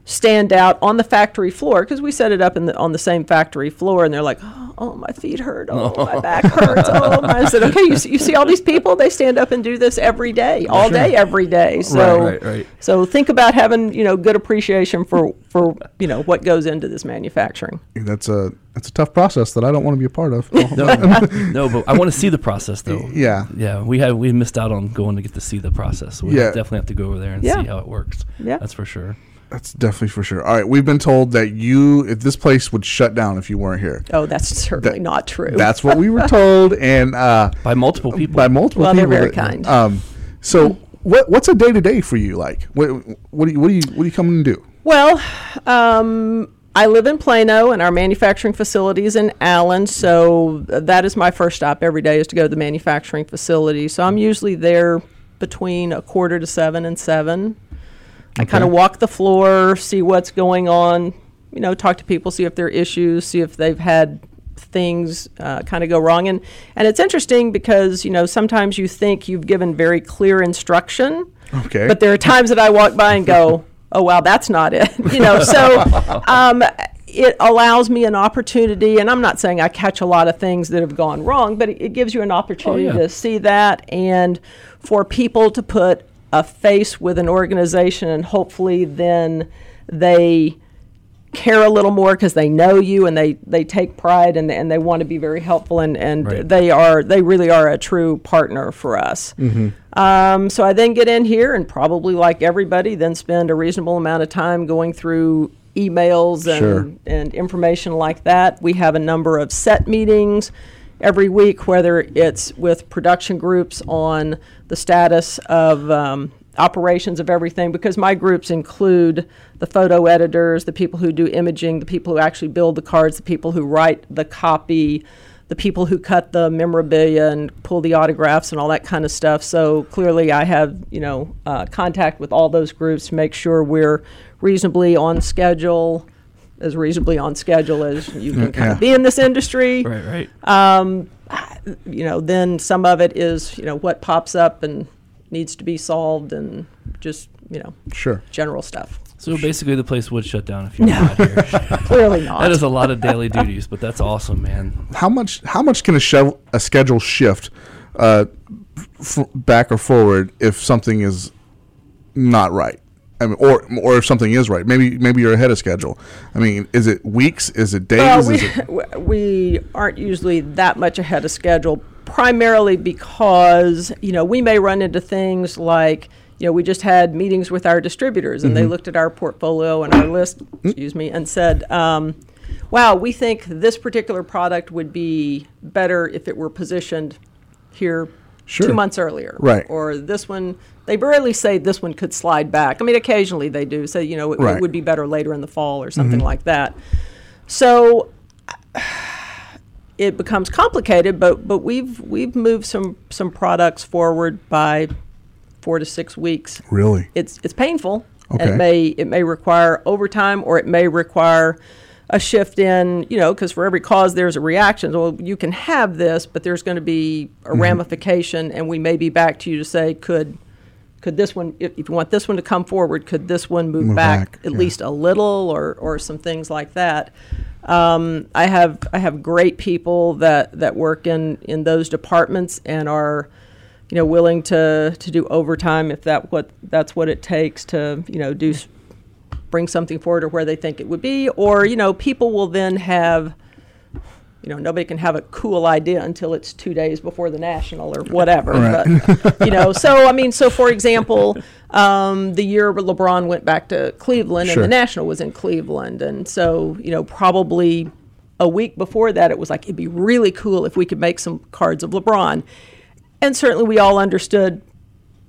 Speaker 7: stand out on the factory floor because we set it up in the, on the same factory floor and they're like oh, oh, my feet hurt oh my back hurts oh my i said okay you, see- you see all these people they stand up and do this every day all day every day so
Speaker 5: right, right.
Speaker 7: so think about having you know good appreciation for for you know what goes into this manufacturing
Speaker 1: That's a that's a tough process that I don't want to be a part of.
Speaker 5: No, no, but I want to see the process though.
Speaker 1: Yeah.
Speaker 5: yeah. We had we missed out on going to get to see the process. So we
Speaker 1: Yeah.
Speaker 5: definitely have to go over there and
Speaker 7: Yeah.
Speaker 5: see how it works.
Speaker 7: Yeah.
Speaker 5: that's for sure.
Speaker 1: That's definitely for sure. All right, we've been told that you if this place would shut down if you weren't here.
Speaker 7: oh that's certainly
Speaker 1: That-
Speaker 7: not true
Speaker 1: That's what we were told, and uh,
Speaker 5: By multiple people.
Speaker 1: by multiple
Speaker 7: Well, they're
Speaker 1: people.
Speaker 7: very
Speaker 1: that-
Speaker 7: kind.
Speaker 1: Um, so what what's a day to day for you like? What what do you what do you what do you come and do?
Speaker 7: Well, um, I live in Plano, and our manufacturing facility is in Allen, so uh, that is my first stop every day is to go to the manufacturing facility. So I'm usually there between a quarter to seven and seven. I kind of walk the floor, see what's going on, you know, talk to people, see if there are issues, see if they've had things uh, kind of go wrong. And, and it's interesting because, you know, sometimes you think you've given very clear instruction.
Speaker 1: Okay.
Speaker 7: But there are times that I walk by and go, "Oh wow, that's not it," you know. So um, it allows me an opportunity, and I'm not saying I catch a lot of things that have gone wrong, but it, it gives you an opportunity
Speaker 5: Oh, yeah.
Speaker 7: to see that and for people to put a face with an organization, and hopefully then they care a little more because they know you and they, they take pride and, and they want to be very helpful and, and
Speaker 5: Right.
Speaker 7: they are they really are a true partner for us. Um, so I then get in here and probably like everybody then spend a reasonable amount of time going through emails and,
Speaker 1: Sure.
Speaker 7: and information like that. We have a number of set meetings every week, whether it's with production groups on the status of um, operations of everything, because my groups include the photo editors, the people who do imaging, the people who actually build the cards, the people who write the copy. The people who cut the memorabilia and pull the autographs and all that kind of stuff. So clearly, I have you know uh, contact with all those groups to make sure we're reasonably on schedule, as reasonably on schedule as you can kind
Speaker 1: yeah.
Speaker 7: of be in this industry.
Speaker 5: right, right.
Speaker 7: Uh, You know, then some of it is, you know, what pops up and needs to be solved and just, you know,
Speaker 1: Sure.
Speaker 7: general stuff.
Speaker 5: so basically, the place would shut down if you were not here.
Speaker 7: Clearly not.
Speaker 5: that is a lot of daily duties, but that's awesome, man.
Speaker 1: How much how much can a shov- a schedule shift uh, f- back or forward if something is not right? I mean, or or if something is right, maybe maybe you're ahead of schedule. I mean, is it weeks? Is it days?
Speaker 7: well,
Speaker 1: is
Speaker 7: we,
Speaker 1: it,
Speaker 7: we aren't usually that much ahead of schedule, primarily because, you know, we may run into things like, you know, we just had meetings with our distributors and they
Speaker 1: Mm-hmm.
Speaker 7: looked at our portfolio and our list,
Speaker 1: Mm.
Speaker 7: excuse me, and said, um, wow, we think this particular product would be better if it were positioned here
Speaker 1: Sure.
Speaker 7: two months earlier.
Speaker 1: Right.
Speaker 7: Or this one, they rarely say this one could slide back. I mean, occasionally they do say, you know, it,
Speaker 1: Right.
Speaker 7: it would be better later in the fall or something like that. So it becomes complicated, but but we've we've moved some some products forward by four to six weeks.
Speaker 1: really?
Speaker 7: It's it's painful. and
Speaker 1: Okay.
Speaker 7: It may it may require overtime or it may require a shift in you know because for every cause there's a reaction. Well, you can have this, but there's going to be a
Speaker 1: Mm-hmm.
Speaker 7: ramification, and we may be back to you to say could. Could this one, if, if you want this one to come forward, could this one move,
Speaker 1: Move
Speaker 7: back,
Speaker 1: back,
Speaker 7: at
Speaker 1: yeah.
Speaker 7: least a little, or, or some things like that? Um, I have I have great people that, that work in, in those departments and are, you know, willing to, to do overtime if that what that's what it takes to you know do s- bring something forward or where they think it would be or you know people will then have, you know, nobody can have a cool idea until it's two days before the national or whatever. But you know, so I mean, so for example, um, the year LeBron went back to Cleveland
Speaker 1: Sure.
Speaker 7: and the national was in Cleveland, and so you know probably a week before that, it was like, it'd be really cool if we could make some cards of LeBron. And certainly we all understood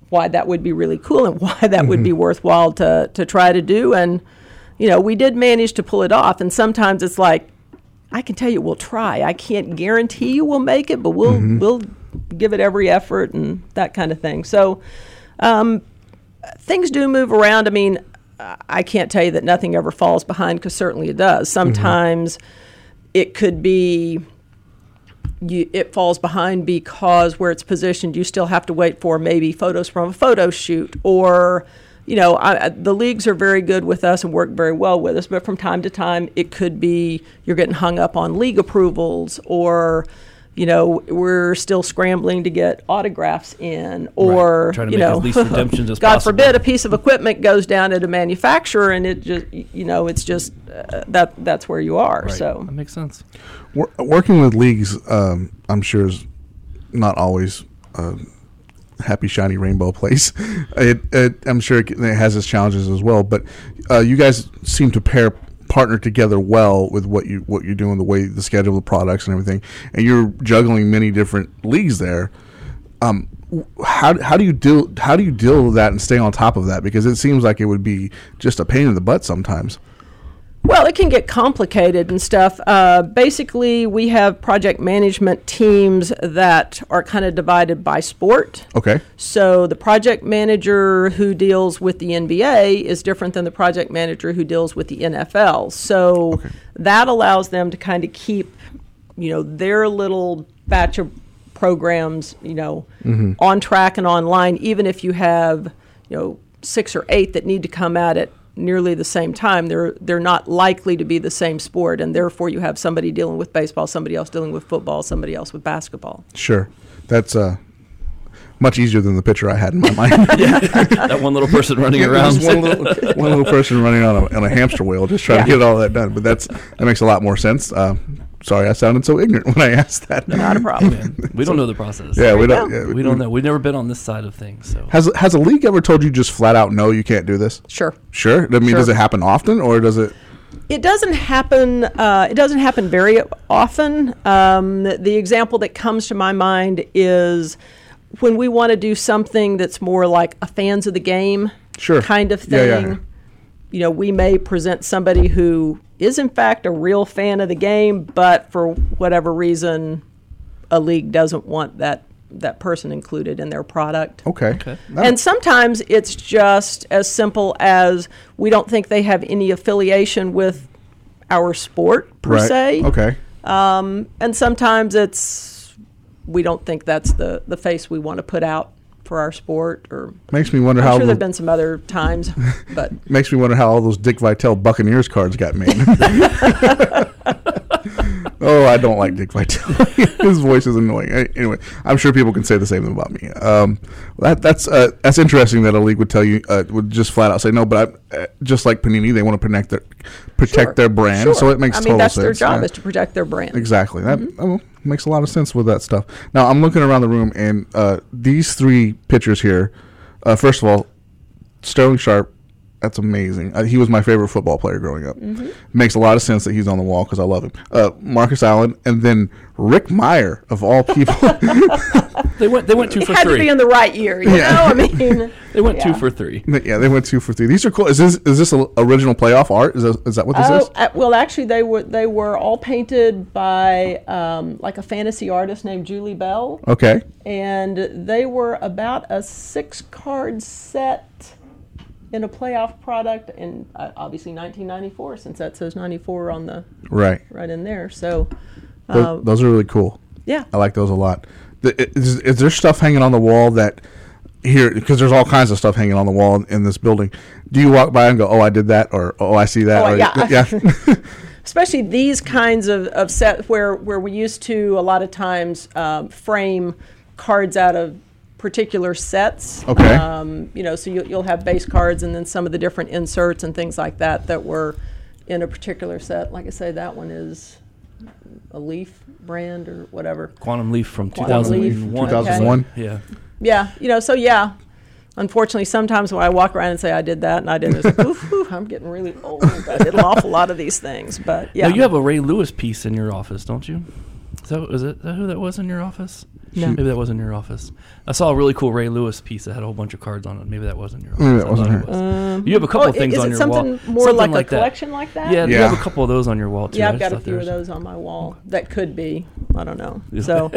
Speaker 7: why that would be really cool and why that would be worthwhile to, to try to do. And, you know, we did manage to pull it off. And sometimes it's like, I can tell you we'll try. I can't guarantee you we'll make it, but we'll, we'll give it every effort and that kind of thing. So, things do move around. I mean, I I can't tell you that nothing ever falls behind because certainly it does.
Speaker 5: Mm-hmm.
Speaker 7: Sometimes it could be you, it falls behind because where it's positioned, you still have to wait for maybe photos from a photo shoot or. You know, I, I- the leagues are very good with us and work very well with us, but from time to time, it could be you're getting hung up on league approvals or, you know, we're still scrambling to get autographs in or,
Speaker 5: Trying to
Speaker 7: you
Speaker 5: make as
Speaker 7: know,
Speaker 5: least redemptions as
Speaker 7: God
Speaker 5: possible.
Speaker 7: forbid a piece of equipment goes down at a manufacturer and it just, you know, it's just uh, that that's where you are.
Speaker 5: Right.
Speaker 7: So,
Speaker 5: that makes sense.
Speaker 1: Wor- working with leagues, um, I'm sure is not always um, happy shiny rainbow place. It, it, I'm sure it, can- it has its challenges as well. But uh, you guys seem to pair partner together well with what you what you're doing, the way the schedule, the products, and everything. And you're juggling many different leagues there. Um, w- how, how do you deal how do you deal with that and stay on top of that because it seems like it would be just a pain in the butt sometimes.
Speaker 7: Well, it can get complicated and stuff. Uh, basically, we have project management teams that are kind of divided by sport.
Speaker 1: Okay.
Speaker 7: So the project manager who deals with the NBA is different than the project manager who deals with the NFL. So that allows them to kind of keep, you know, their little batch of programs, you know, on track and online, even if you have, you know, six or eight that need to come at it nearly the same time they're they're not likely to be the same sport and therefore you have somebody dealing with baseball somebody else dealing with football somebody else with basketball
Speaker 1: Sure, that's uh, much easier than the picture I had in my mind.
Speaker 5: that one little person running around.
Speaker 1: Just one, little, one little person running on a, on a hamster wheel, just trying to get all that done. But that's that makes a lot more sense. Uh, sorry, I sounded so ignorant when I asked that.
Speaker 7: not a problem
Speaker 5: we don't know the process.
Speaker 1: yeah, we
Speaker 7: There
Speaker 1: don't.
Speaker 7: you
Speaker 1: Yeah,
Speaker 5: we don't know. We've never been on this side of things. So
Speaker 1: Has has a league ever told you just flat out no, you can't do this?
Speaker 7: sure
Speaker 1: Sure. I mean, does
Speaker 7: Sure.
Speaker 1: it happen often, or does it?
Speaker 7: It doesn't happen. Uh, it doesn't happen very often. Um, the, the example that comes to my mind is when we want to do something that's more like a fans of the game
Speaker 1: Sure.
Speaker 7: kind of thing.
Speaker 1: Yeah, yeah, yeah.
Speaker 7: You know, we may present somebody who is in fact a real fan of the game, but for whatever reason, a league doesn't want that that person included in their product.
Speaker 1: Okay. That-
Speaker 7: And sometimes it's just as simple as we don't think they have any affiliation with our sport per
Speaker 1: right.
Speaker 7: se. Mm-hmm.
Speaker 1: Okay.
Speaker 7: And sometimes it's we don't think that's the, the face we want to put out for our sport or
Speaker 1: Makes me wonder
Speaker 7: I'm
Speaker 1: how.
Speaker 7: sure
Speaker 1: the-
Speaker 7: there've been some other times, but
Speaker 1: Makes me wonder how all those Dick Vitale Buccaneers cards got made. oh, I don't like Dick Vitale. His voice is annoying. A- Anyway, I'm sure people can say the same thing about me. Um, that, that's uh, that's interesting that a league would tell you uh, would just flat out say no. But I, uh, just like Panini, they want to protect their protect
Speaker 7: Sure,
Speaker 1: their brand, so
Speaker 7: sure.
Speaker 1: it makes
Speaker 7: I mean
Speaker 1: total
Speaker 7: that's
Speaker 1: sense.
Speaker 7: their job
Speaker 1: Yeah.
Speaker 7: is to protect their brand.
Speaker 1: Exactly. That
Speaker 7: Mm-hmm.
Speaker 1: oh, makes a lot of sense with that stuff. Now I'm looking around the room, and uh, these three pitchers here. Uh, first of all, Sterling Sharp. That's amazing. Uh, he was my favorite football player growing up.
Speaker 7: Mm-hmm.
Speaker 1: Makes a lot of sense that he's on the wall because I love him. Uh, Marcus Allen, and then Rick Meyer of all people.
Speaker 5: they went. They went two
Speaker 7: It
Speaker 5: for
Speaker 7: had to
Speaker 5: three.
Speaker 7: be in the right year, you
Speaker 1: Yeah.
Speaker 7: know. I mean, uh,
Speaker 5: they went two
Speaker 7: yeah.
Speaker 5: for three.
Speaker 1: yeah, they went two for three. These are cool. Is this is this a, original playoff art? Is that, is that what this
Speaker 7: Oh,
Speaker 1: is?
Speaker 7: uh, well, actually, they were they were all painted by um, like a fantasy artist named Julie Bell,
Speaker 1: Okay.
Speaker 7: and they were about a six card set in a playoff product, and uh, obviously 1994, since that says 94 on the
Speaker 1: Right.
Speaker 7: right in there. So,
Speaker 1: Those,
Speaker 7: Um,
Speaker 1: those are really cool.
Speaker 7: yeah,
Speaker 1: I like those a lot. The- i- Is, is there stuff hanging on the wall that here because there's all kinds of stuff hanging on the wall in, in this building? Do you walk by and go, "Oh, I did that," or "Oh, I see that"?
Speaker 7: Oh,
Speaker 1: or,
Speaker 7: yeah.
Speaker 1: yeah.
Speaker 7: especially these kinds of, of set where, where we used to a lot of times um, frame cards out of particular sets.
Speaker 1: Okay.
Speaker 7: Um, you know, so you, you'll have base cards and then some of the different inserts and things like that that were in a particular set. Like I say, that one is a Leaf brand or whatever.
Speaker 5: Quantum Leaf from
Speaker 7: Quantum Leaf,
Speaker 5: 2001.
Speaker 1: 2001.
Speaker 5: Yeah.
Speaker 7: Yeah, you know, so yeah. Unfortunately, sometimes when I walk around and say I did that and I did this, oof, oof, I'm getting really old. I did an awful lot of these things, but yeah.
Speaker 5: Now you have a Ray Lewis piece in your office, don't you? Is that, is it, is that who that was in your office?
Speaker 7: No.
Speaker 5: Maybe that was in your office. I saw a really cool Ray Lewis piece that had a whole bunch of cards on it. Maybe that wasn't your office.
Speaker 1: Maybe that
Speaker 5: I
Speaker 1: wasn't
Speaker 5: thought it
Speaker 1: her.
Speaker 5: was. you have a couple
Speaker 7: Oh, i-
Speaker 5: things
Speaker 7: is
Speaker 5: on
Speaker 7: it
Speaker 5: your
Speaker 7: something
Speaker 5: wall.
Speaker 7: more
Speaker 5: Something
Speaker 7: like,
Speaker 5: like
Speaker 7: a
Speaker 5: that.
Speaker 7: collection like that?
Speaker 5: Yeah, you have a
Speaker 1: Yeah.
Speaker 5: couple of those on your wall too.
Speaker 7: Yeah,
Speaker 5: I
Speaker 7: I've got a
Speaker 5: just
Speaker 7: few of
Speaker 5: thought there was-
Speaker 7: those on my wall. That could be. I don't know. So,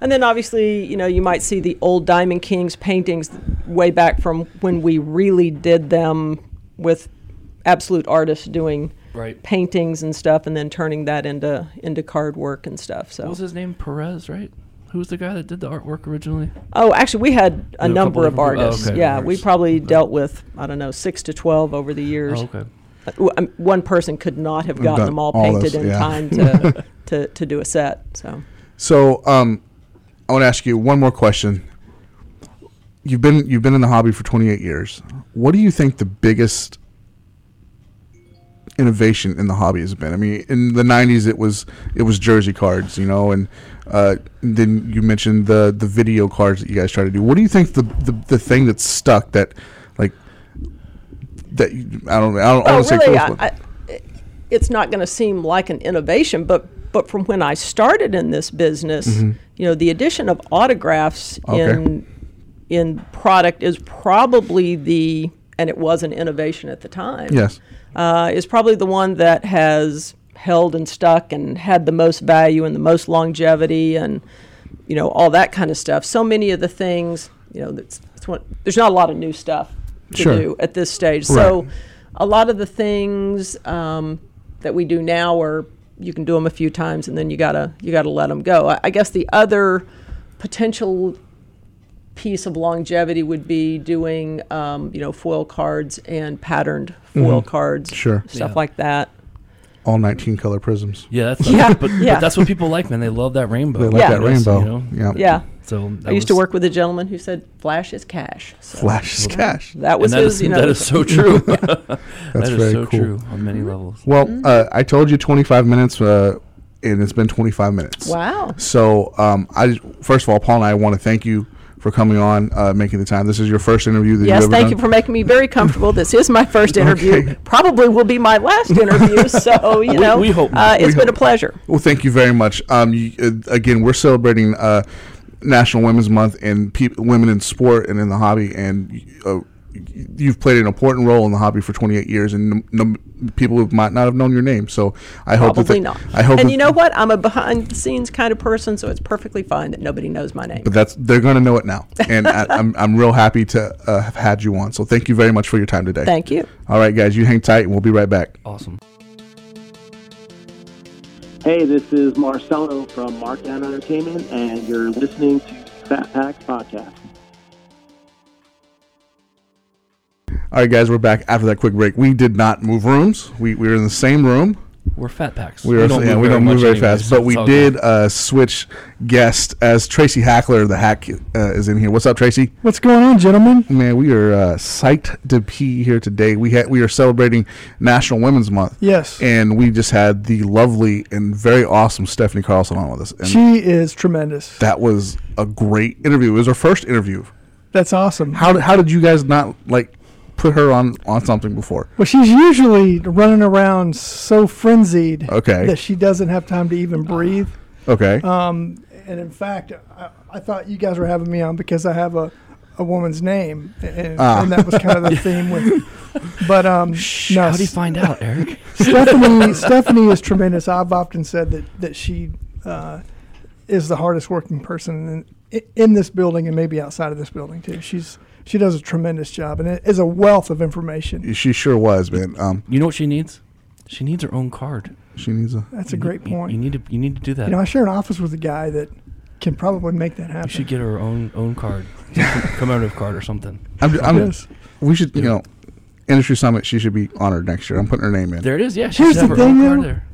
Speaker 7: and then obviously, you know, you might see the old Diamond Kings paintings way back from when we really did them with absolute artists doing
Speaker 5: Right.
Speaker 7: paintings and stuff, and then turning that into into card work and stuff. So
Speaker 5: What was his name? Perez, right? Who was the guy that did the artwork originally?
Speaker 7: Oh, actually, we had a
Speaker 5: You know, a couple
Speaker 7: number of
Speaker 5: different- oh,
Speaker 7: artists.
Speaker 5: okay.
Speaker 7: Yeah, we
Speaker 5: Artists.
Speaker 7: probably dealt with I don't know six to twelve over the years.
Speaker 5: Oh, okay.
Speaker 7: Uh, w- um, one person could not have gotten
Speaker 1: done
Speaker 7: them all
Speaker 1: all
Speaker 7: painted
Speaker 1: those,
Speaker 7: in
Speaker 1: yeah.
Speaker 7: time to, to to do a set. So
Speaker 1: So, um, I want to ask you one more question. You've been you've been in the hobby for 28 years. What do you think the biggest innovation in the hobby has been? I mean, in the 90s it was it was jersey cards, you know, and uh, then you mentioned the the video cards that you guys try to do. What do you think the the, the thing that's stuck that like that you, I don't I don't, I
Speaker 7: well,
Speaker 1: don't say
Speaker 7: Oh, really,
Speaker 1: close, but-
Speaker 7: I, I- it's not going to seem like an innovation, but but from when I started in this business, you know, the addition of autographs
Speaker 1: Mm-hmm. Okay.
Speaker 7: in in product is probably the and it was an innovation at the time.
Speaker 1: yes.
Speaker 7: uh, is probably the one that has held and stuck and had the most value and the most longevity and you know all that kind of stuff. So many of the things you know that's, that's what there's not a lot of new stuff to
Speaker 1: Sure.
Speaker 7: do at this stage.
Speaker 1: Right.
Speaker 7: So a lot of the things um, that we do now are you can do them a few times and then you gotta you gotta let them go. I, I guess the other potential piece of longevity would be doing, um, you know, foil cards and patterned foil cards,
Speaker 1: Mm-hmm. Sure.
Speaker 7: stuff
Speaker 5: Yeah.
Speaker 7: like that.
Speaker 1: All 19 color prisms.
Speaker 5: Yeah, that's
Speaker 7: Yeah,
Speaker 5: but,
Speaker 7: yeah.
Speaker 5: but that's what people like, man. They love that rainbow.
Speaker 1: They like
Speaker 7: Yeah.
Speaker 1: that
Speaker 5: Yes,
Speaker 1: rainbow.
Speaker 5: you know?
Speaker 1: Yeah.
Speaker 7: Yeah,
Speaker 5: So that
Speaker 7: I used to
Speaker 5: was-
Speaker 7: work with a gentleman who said, "Flash is cash." So
Speaker 1: Flash is cash.
Speaker 7: That
Speaker 5: And
Speaker 7: was
Speaker 5: that
Speaker 7: his,
Speaker 5: is,
Speaker 7: you know.
Speaker 5: that is so true.
Speaker 1: That's
Speaker 5: that is
Speaker 1: very
Speaker 5: so
Speaker 1: cool.
Speaker 5: true on many levels.
Speaker 1: Well,
Speaker 7: Mm.
Speaker 1: uh, I told you 25 minutes, uh, and it's been 25 minutes.
Speaker 7: Wow.
Speaker 1: So, um, I first of all, Paul and I want to thank you for coming on, uh, making the time. This is your first interview that
Speaker 7: Yes,
Speaker 1: you've ever
Speaker 7: thank
Speaker 1: done.
Speaker 7: you for making me very comfortable. This is my first interview.
Speaker 1: Okay.
Speaker 7: Probably will be my last interview. So you know,
Speaker 5: we hope
Speaker 7: uh,
Speaker 5: not.
Speaker 7: it's been a pleasure.
Speaker 1: Well, thank you very much. Um, you, uh, again, we're celebrating uh, National Women's Month and peop women in sport and in the hobby. And uh, you've played an important role in the hobby for 28 years, and n- n- people who might not have known your name. So I hope that
Speaker 7: Probably
Speaker 1: they-
Speaker 7: not.
Speaker 1: I hope
Speaker 7: and
Speaker 1: that-
Speaker 7: you know what? I'm a behind-the-scenes kind of person, so it's perfectly fine that nobody knows my name.
Speaker 1: But that's they're going to know it now, and I, I'm I'm real happy to uh, have had you on. So thank you very much for your time today.
Speaker 7: Thank you.
Speaker 1: All right, guys, you hang tight, and we'll be right back.
Speaker 5: Awesome.
Speaker 6: Hey, this is Marcelo from Markdown Entertainment, and you're listening to Fat Pack Podcast.
Speaker 1: All right, guys, we're back after that quick break. We did not move rooms. We we were in the same room.
Speaker 5: We're fat packs.
Speaker 1: We, were, yeah, we don't
Speaker 5: much
Speaker 1: move very
Speaker 5: anyway,
Speaker 1: fast,
Speaker 5: so
Speaker 1: but
Speaker 5: it's
Speaker 1: we
Speaker 5: all
Speaker 1: did
Speaker 5: good.
Speaker 1: uh, switch guest as Tracy Hackler, the hack, uh, is in here. What's up, Tracy?
Speaker 8: What's going on, gentlemen?
Speaker 1: Man, we are uh, psyched to be here today. We had we are celebrating National Women's Month.
Speaker 8: Yes.
Speaker 1: and we just had the lovely and very awesome Stephanie Carlson on with us. And
Speaker 8: She is tremendous.
Speaker 1: that was a great interview. It was her first interview.
Speaker 8: That's awesome.
Speaker 1: How did, how did you guys not like put her on on something before?
Speaker 8: Well, she's usually running around so frenzied
Speaker 1: Okay.
Speaker 8: that she doesn't have time to even breathe.
Speaker 1: Okay.
Speaker 8: Um, and in fact, I, I thought you guys were having me on because I have a, a woman's name, and,
Speaker 1: Ah.
Speaker 8: and that was kind of the theme with. But um, no,
Speaker 5: How do you find out, Eric?
Speaker 8: Stephanie Stephanie is tremendous. I've often said that that she uh, is the hardest working person in, in this building and maybe outside of this building too. She's she does a tremendous job and it is a wealth of information.
Speaker 1: she sure was, man. Um,
Speaker 5: You know what she needs? She needs her own card.
Speaker 1: she needs a.
Speaker 8: That's a great
Speaker 5: You-
Speaker 8: point.
Speaker 5: You, need to you need to do that.
Speaker 8: You know, I share an office with a guy that can probably make that
Speaker 5: you should
Speaker 8: happen.
Speaker 5: get her own own card, commemorative card or something.
Speaker 1: I'm, I'm,
Speaker 8: Yes.
Speaker 1: We should, you know, industry summit. She should be honored next year. I'm putting her name in.
Speaker 5: There it is. Yeah, she's
Speaker 8: Here's
Speaker 5: have
Speaker 8: the
Speaker 5: her own
Speaker 8: thing,
Speaker 5: card
Speaker 8: though.
Speaker 5: there.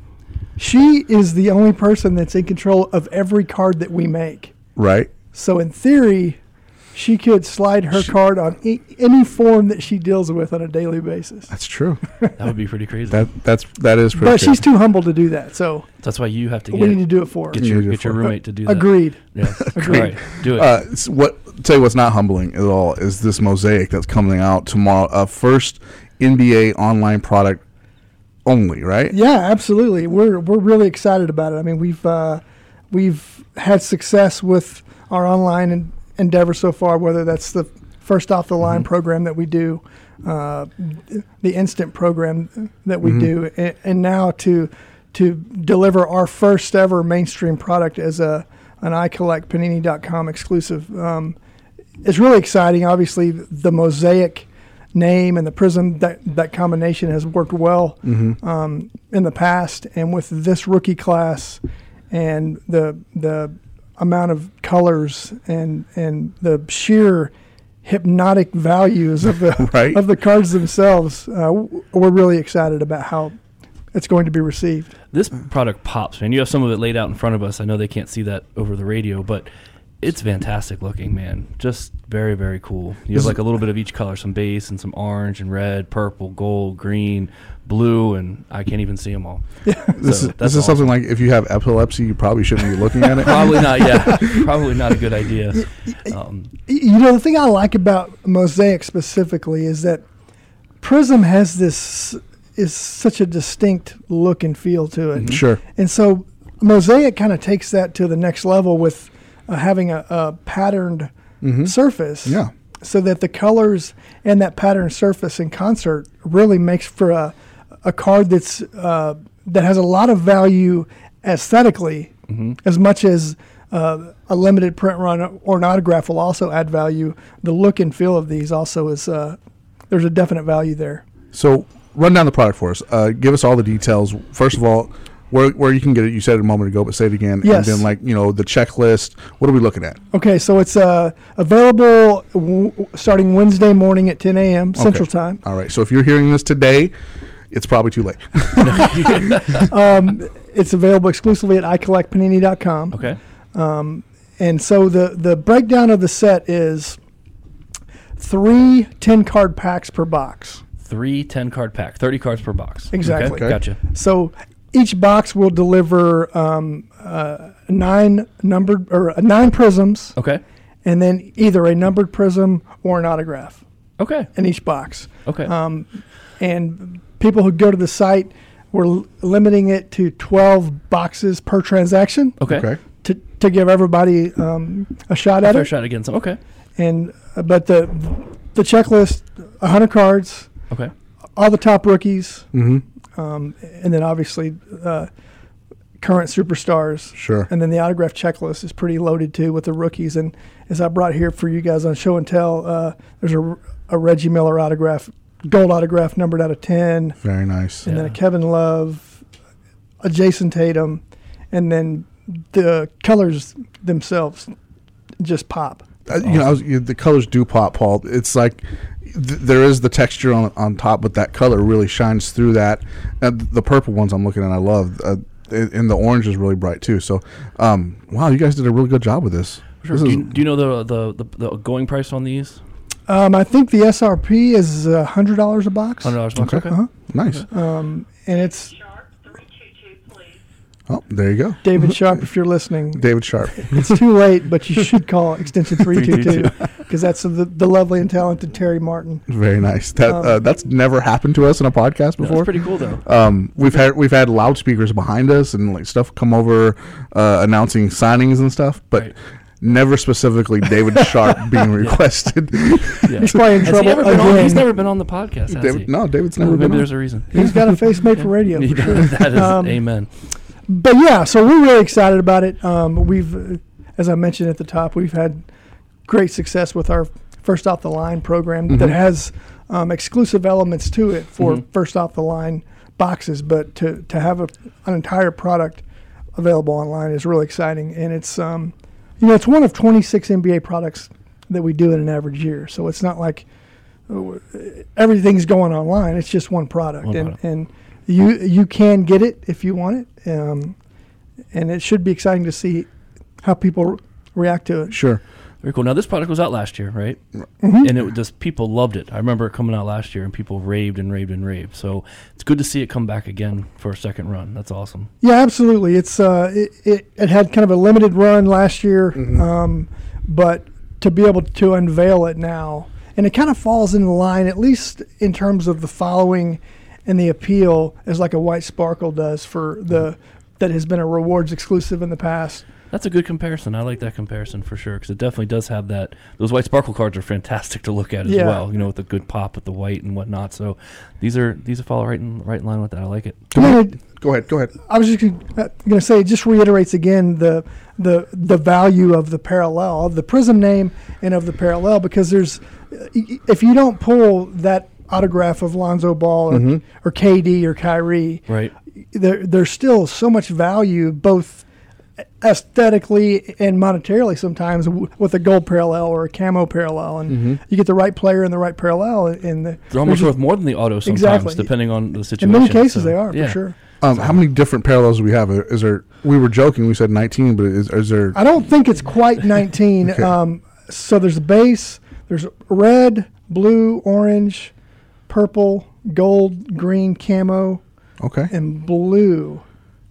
Speaker 8: She is the only person that's in control of every card that we make.
Speaker 1: Right.
Speaker 8: So in theory, she could slide her card on e- any form that she deals with on a daily basis.
Speaker 1: That's true.
Speaker 5: That would be pretty crazy.
Speaker 1: that that's that is pretty.
Speaker 8: But
Speaker 1: true.
Speaker 8: she's too humble to do that. So
Speaker 5: That's why you have to
Speaker 8: we
Speaker 5: get
Speaker 8: need to do it for her.
Speaker 5: get your
Speaker 1: Yeah,
Speaker 5: get your
Speaker 1: for-
Speaker 5: roommate to do that.
Speaker 8: Agreed.
Speaker 5: Yeah.
Speaker 8: Agreed.
Speaker 5: Right. Do it.
Speaker 1: uh, it's what tell you what's not humbling at all is this mosaic that's coming out tomorrow. Uh, first NBA online product only. Right.
Speaker 8: Yeah, absolutely. We're we're really excited about it. I mean, we've uh, we've had success with our online en- endeavor so far. Whether that's the first off the
Speaker 5: Mm-hmm.
Speaker 8: line program that we do, uh, the instant program that
Speaker 5: Mm-hmm.
Speaker 8: we do, and, and now to to deliver our first ever mainstream product as a an iCollectPanini.com exclusive. Um, it's really exciting. Obviously, the mosaic name and the prism that that combination has worked well um, in the past, and with this rookie class and the the amount of colors and and the sheer hypnotic values of the
Speaker 1: Right.
Speaker 8: of the cards themselves, uh, w- we're really excited about how it's going to be received.
Speaker 5: This product pops, man. You have some of it laid out in front of us. I know they can't see that over the radio, but it's fantastic looking, man. Just very, very cool. You have like a little bit of each color, some base and some orange and red, purple, gold, green, blue, and I can't even see them all.
Speaker 1: This is, this is something like if you have epilepsy, you probably shouldn't be looking at it.
Speaker 5: Probably not. Yeah, probably not a good idea. Um,
Speaker 8: you know the thing I like about mosaic specifically is that prism has this is such a distinct look and feel to it.
Speaker 1: Sure.
Speaker 8: And so mosaic kind of takes that to the next level with uh, having a, a patterned surface.
Speaker 1: Yeah.
Speaker 8: So that the colors and that patterned surface in concert really makes for a, a card that's uh, that has a lot of value aesthetically, as much as uh, a limited print run or an autograph will also add value. The look and feel of these also is uh, there's a definite value there.
Speaker 1: So run down the product for us. Uh, give us all the details. First of all, where, where you can get it. You said it a moment ago, but say it again.
Speaker 8: Yes.
Speaker 1: And then like you know the checklist. What are we looking at?
Speaker 8: Okay, so it's uh, available w- w- starting Wednesday morning at 10 a.m. Central
Speaker 1: Okay.
Speaker 8: Time.
Speaker 1: All right. So if you're hearing this today, it's probably too late.
Speaker 8: It's available exclusively at iCollectPanini.com.
Speaker 5: okay.
Speaker 8: And so the, the breakdown of the set is three 10 card packs per box.
Speaker 5: Three 10 card pack, 30 cards per box.
Speaker 8: Exactly.
Speaker 5: Okay,
Speaker 8: Okay.
Speaker 5: Gotcha.
Speaker 8: So each box will deliver um, uh, nine numbered or uh, nine prisms,
Speaker 5: Okay.
Speaker 8: and then either a numbered prism or an autograph
Speaker 5: Okay.
Speaker 8: in each box.
Speaker 5: Okay.
Speaker 8: and people who go to the site we're l- limiting it to 12 boxes per transaction
Speaker 5: okay.
Speaker 1: Okay.
Speaker 8: to, to give everybody um, a shot at
Speaker 5: Fair
Speaker 8: it
Speaker 5: shot against them. Okay.
Speaker 8: and uh, but the the checklist 100 cards
Speaker 5: Okay.
Speaker 8: all the top rookies
Speaker 5: Mm.
Speaker 8: mm-hmm. um, and then obviously uh, current superstars
Speaker 1: Sure.
Speaker 8: and then the autograph checklist is pretty loaded too with the rookies and as i brought here for you guys on show and tell uh, there's a, r- a reggie miller autograph gold autograph numbered out of 10
Speaker 1: Very nice.
Speaker 8: and then a Kevin Love, a Jason Tatum, and then the colors themselves just pop.
Speaker 1: Uh, you know, I was, you, the colors do pop, Paul. It's like th- there is the texture on on top, but that color really shines through that. Uh, th- the purple ones I'm looking at, I love, uh, and and the orange is really bright too. So, um, wow, you guys did a really good job with this.
Speaker 5: Sure.
Speaker 1: This
Speaker 5: Do
Speaker 1: is-
Speaker 5: you, do you know the, the, the, the going price on these?
Speaker 8: Um, I think the SRP is uh, hundred dollars a box,
Speaker 5: $100
Speaker 8: and
Speaker 5: a box?
Speaker 1: Uh-huh.
Speaker 5: Okay.
Speaker 1: nice. Uh,
Speaker 8: it's
Speaker 1: Oh, there you go,
Speaker 8: David Sharp. if you're listening,
Speaker 1: David Sharp.
Speaker 8: it's too late, but you should call extension three two two because that's the, the lovely and talented Terry Martin.
Speaker 1: Very nice. That uh, that's never happened to us in a podcast
Speaker 5: That's
Speaker 1: before.
Speaker 5: Um, pretty cool, though.
Speaker 1: um, we've had we've had loudspeakers behind us and like stuff come over uh, announcing signings and stuff, but
Speaker 5: Right.
Speaker 1: never specifically David Sharp being requested.
Speaker 5: Yeah.
Speaker 8: He's probably in
Speaker 5: Has he
Speaker 8: trouble
Speaker 5: ever been on- he's
Speaker 8: again.
Speaker 5: never been on the podcast. Has he?
Speaker 1: David, no, David's
Speaker 5: Well,
Speaker 1: never
Speaker 5: maybe
Speaker 1: been.
Speaker 5: there's
Speaker 1: on.
Speaker 5: a reason.
Speaker 8: He's got a face made for radio. for sure.
Speaker 5: that is
Speaker 8: Um,
Speaker 5: amen.
Speaker 8: but yeah, so we're really excited about it. Um, we've, uh, as I mentioned at the top, we've had great success with our first off the line program
Speaker 5: Mm-hmm.
Speaker 8: that has um, exclusive elements to it for first off the line boxes. But to, to have a, an entire product available online is really exciting, and it's um, you know it's one of 26 NBA products that we do in an average year. So it's not like uh, everything's going online. It's just one product,
Speaker 5: One
Speaker 8: and
Speaker 5: product.
Speaker 8: and you you can get it if you want it, um, and it should be exciting to see how people re- react to it.
Speaker 1: Sure.
Speaker 5: Very cool. Now this product was out last year, right?
Speaker 8: Mm-hmm.
Speaker 5: And it was just people loved it. I remember it coming out last year, and people raved and raved and raved. So it's good to see it come back again for a second run. That's awesome.
Speaker 8: Yeah, absolutely. It's uh, it, it, it had kind of a limited run last year, um, but to be able to unveil it now, and it kind of falls in line, at least in terms of the following and the appeal, as like a White Sparkle does for the that has been a rewards exclusive in the past.
Speaker 5: That's a good comparison. I like that comparison for sure because it definitely does have that. Those white sparkle cards are fantastic to look at as
Speaker 8: Yeah.
Speaker 5: well. You know, with the good pop, with the white and whatnot. So these are these are follow right in right in line with that. I like it.
Speaker 8: I mean, it,
Speaker 1: Go ahead. Go ahead.
Speaker 8: I was just going to say, it just reiterates again the the the value of the parallel of the prism name and of the parallel because there's if you don't pull that autograph of Lonzo Ball or, or KD or Kyrie,
Speaker 5: Mm-hmm. Right.
Speaker 8: There, there's still so much value both aesthetically and monetarily sometimes w- with a gold parallel or a camo parallel and you get the right player in the right parallel and the,
Speaker 5: Mm-hmm. They're almost
Speaker 8: there's-
Speaker 5: worth more than the auto sometimes,
Speaker 8: Exactly.
Speaker 5: depending on the situation.
Speaker 8: in many cases
Speaker 5: so,
Speaker 8: they are
Speaker 5: yeah.
Speaker 8: for sure
Speaker 1: Um, how many different parallels do we have? Is there? We were joking. We said nineteen, but is, is there?
Speaker 8: I don't think it's quite 19. um, so there's a base, there's red, blue, orange, purple, gold, green, camo,
Speaker 1: Okay.
Speaker 8: and blue.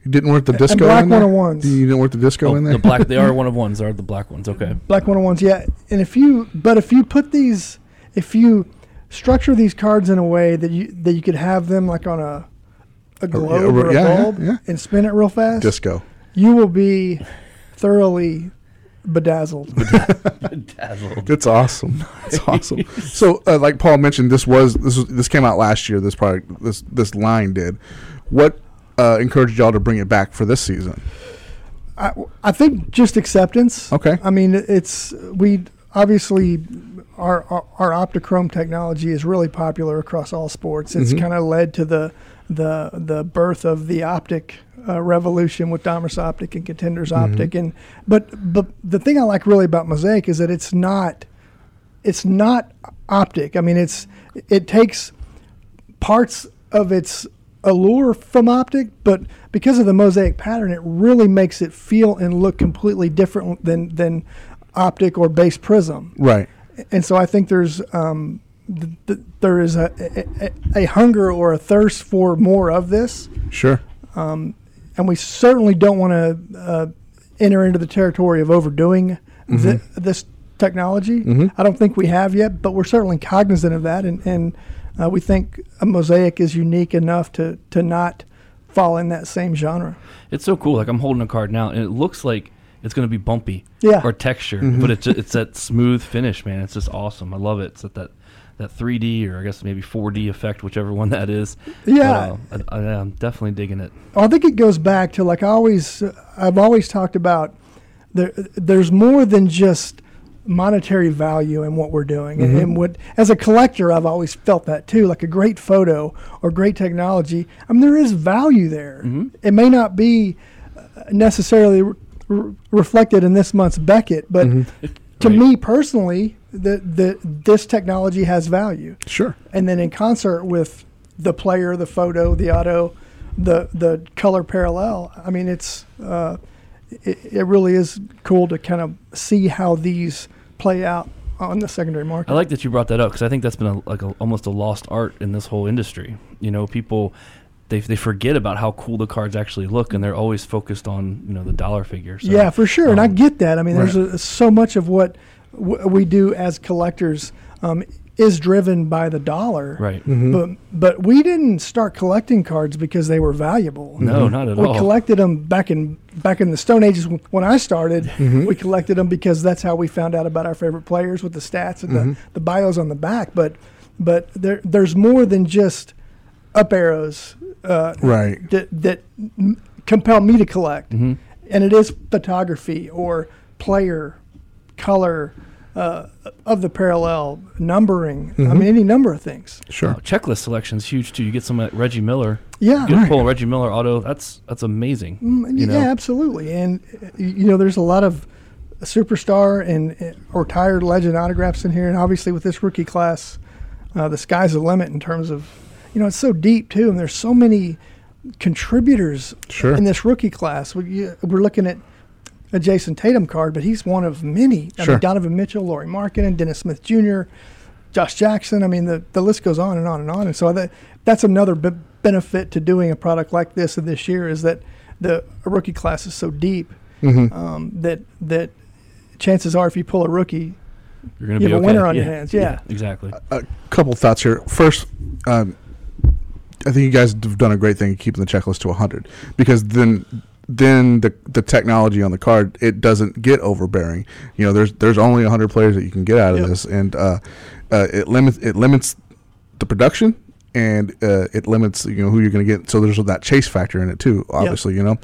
Speaker 1: You didn't work the disco.
Speaker 8: black
Speaker 1: in there?
Speaker 8: 101s.
Speaker 1: You didn't work the disco
Speaker 5: Oh,
Speaker 1: in there.
Speaker 5: the black they are one of ones. They are the black ones. Okay.
Speaker 8: Black 101s, yeah. And if you, but if you put these, if you structure these cards in a way that you that you could have them like on a a globe
Speaker 1: Oh, yeah,
Speaker 8: or a
Speaker 1: yeah,
Speaker 8: bulb
Speaker 1: yeah.
Speaker 8: and spin it real fast,
Speaker 1: disco.
Speaker 8: you will be thoroughly bedazzled.
Speaker 1: That's awesome. That's awesome. So, uh, like Paul mentioned, this was this was, this came out last year. This product, this this line did. What uh, encouraged y'all to bring it back for this season?
Speaker 8: I, I think just acceptance.
Speaker 1: Okay.
Speaker 8: I mean, it's we obviously our our, our optochrome technology is really popular across all sports. It's kind of led to the the the birth of the optic uh, revolution with Domers Optic and Contenders Optic, and but but the thing I like really about Mosaic is that it's not it's not optic. I mean, it's it takes parts of its allure from optic, but because of the mosaic pattern, it really makes it feel and look completely different than than optic or base prism.
Speaker 1: Right.
Speaker 8: And so I think there's um, th- th- there is a, a, a- a hunger or a thirst for more of this,
Speaker 1: Sure.
Speaker 8: and we certainly don't want to uh, enter into the territory of overdoing thi- this technology. I don't think we have yet, but we're certainly cognizant of that, and, and uh, we think a mosaic is unique enough to to not fall in that same genre.
Speaker 5: It's so cool. Like I'm holding a card now, and it looks like it's gonna be bumpy,
Speaker 8: Yeah.
Speaker 5: or texture, but it's it's that smooth finish, man. It's just awesome. I love it. It's that that, that 3D or I guess maybe 4D effect, whichever one that is.
Speaker 8: Yeah.
Speaker 5: But, uh, I, I, am definitely digging it.
Speaker 8: I think it goes back to like I always I've always talked about there there's more than just monetary value in what we're doing and, and what as a collector I've always felt that too like a great photo or great technology I mean there is value there it may not be uh, necessarily re- re- reflected in this month's Beckett but to
Speaker 5: Right.
Speaker 8: me personally the, the this technology has value
Speaker 1: Sure.
Speaker 8: and then in concert with the player, the photo, the auto, the the color parallel. I mean, it's uh, it, it really is cool to kind of see how these play out on the secondary market.
Speaker 5: I like that you brought that up because I think that's been a, like a, almost a lost art in this whole industry. You know, people they they forget about how cool the cards actually look, and they're always focused on you know the dollar figure. So,
Speaker 8: yeah, for sure, and I
Speaker 5: um,
Speaker 8: get that. I mean, there's
Speaker 1: right.
Speaker 8: a, so much of what w- we do as collectors um, is driven by the dollar,
Speaker 5: Right.
Speaker 8: But but we didn't start collecting cards because they were valuable.
Speaker 5: No, not at
Speaker 8: we
Speaker 5: all.
Speaker 8: collected them back in back in the Stone Ages w- when I started. We collected them because that's how we found out about our favorite players with the stats and the, the bios on the back. But but there there's more than just up arrows uh,
Speaker 1: Right.
Speaker 8: that that m- compel me to collect,
Speaker 5: Mm-hmm.
Speaker 8: and it is photography or player, color. Uh, of the parallel numbering, I
Speaker 5: Mm-hmm.
Speaker 8: mean, any number of things.
Speaker 1: Sure.
Speaker 5: Uh, checklist selection's huge too. You get some at Reggie Miller.
Speaker 8: Yeah.
Speaker 5: you get
Speaker 1: Right.
Speaker 5: a pull Reggie Miller auto. That's that's amazing.
Speaker 8: Mm,
Speaker 5: you know?
Speaker 8: yeah, absolutely. And uh, y- you know, there's a lot of superstar and uh, or tired legend autographs in here, and obviously with this rookie class, uh, the sky's the limit in terms of you know it's so deep too, and there's so many contributors
Speaker 1: Sure.
Speaker 8: in this rookie class. We, you- we're looking at a Jason Tatum card, but he's one of many. I
Speaker 1: Sure.
Speaker 8: mean, Donovan Mitchell, Laurie Markkinen, Dennis Smith Jr., Josh Jackson. I mean, the, the list goes on and on and on. And so that that's another b- benefit to doing a product like this and this year is that the rookie class is so deep um, that that chances are if you pull a rookie,
Speaker 5: You're gonna
Speaker 8: You
Speaker 5: be
Speaker 8: have a
Speaker 5: okay.
Speaker 8: winner on your hands, yeah. Uh,
Speaker 5: exactly.
Speaker 1: a couple thoughts here. First, um, I think you guys have done a great thing keeping the checklist to 100 because then then the the technology on the card it doesn't get overbearing. You know, there's there's only 100 players that you can get out of
Speaker 8: Yep.
Speaker 1: this, and uh, uh, it limits it limits the production and uh, it limits you know who you're going to get. So there's that chase factor in it too, obviously. You know.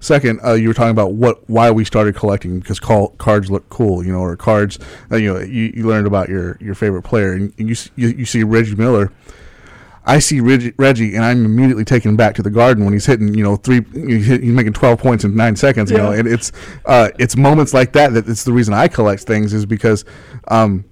Speaker 1: Second, uh, you were talking about what why we started collecting because call, cards look cool, you know, or cards. Uh, you know, you, you learned about your your favorite player, and, and you, s- you you see Reggie Miller. I see Reggie, Reggie, and I'm immediately taken back to the garden when he's hitting, you know, three. He's, hit, he's making 12 points in nine seconds, you know,
Speaker 8: Yeah.
Speaker 1: and it's uh, it's moments like that that it's the reason I collect things is because um,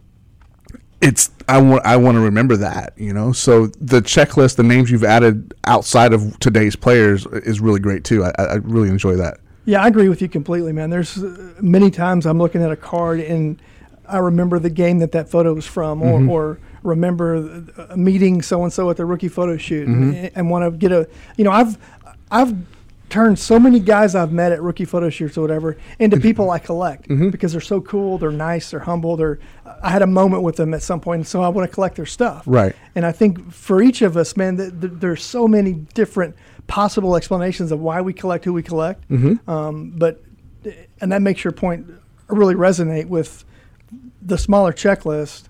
Speaker 1: it's I want I want to remember that, you know. So the checklist, the names you've added outside of today's players is really great too. I, I I really enjoy that.
Speaker 8: Yeah, I agree with you completely, man. There's uh, many times I'm looking at a card and I remember the game that that photo was from, or, or remember uh, meeting so and so at the rookie photo shoot, and, and want to get a. You know, I've I've turned so many guys I've met at rookie photo shoots or whatever into people I collect because they're so cool, they're nice, they're humble. They're I had a moment with them at some point, and so I want to collect their stuff.
Speaker 1: Right.
Speaker 8: And I think for each of us, man, th- th- there's so many different possible explanations of why we collect who we collect. Um, but and that makes your point really resonate with the smaller checklist.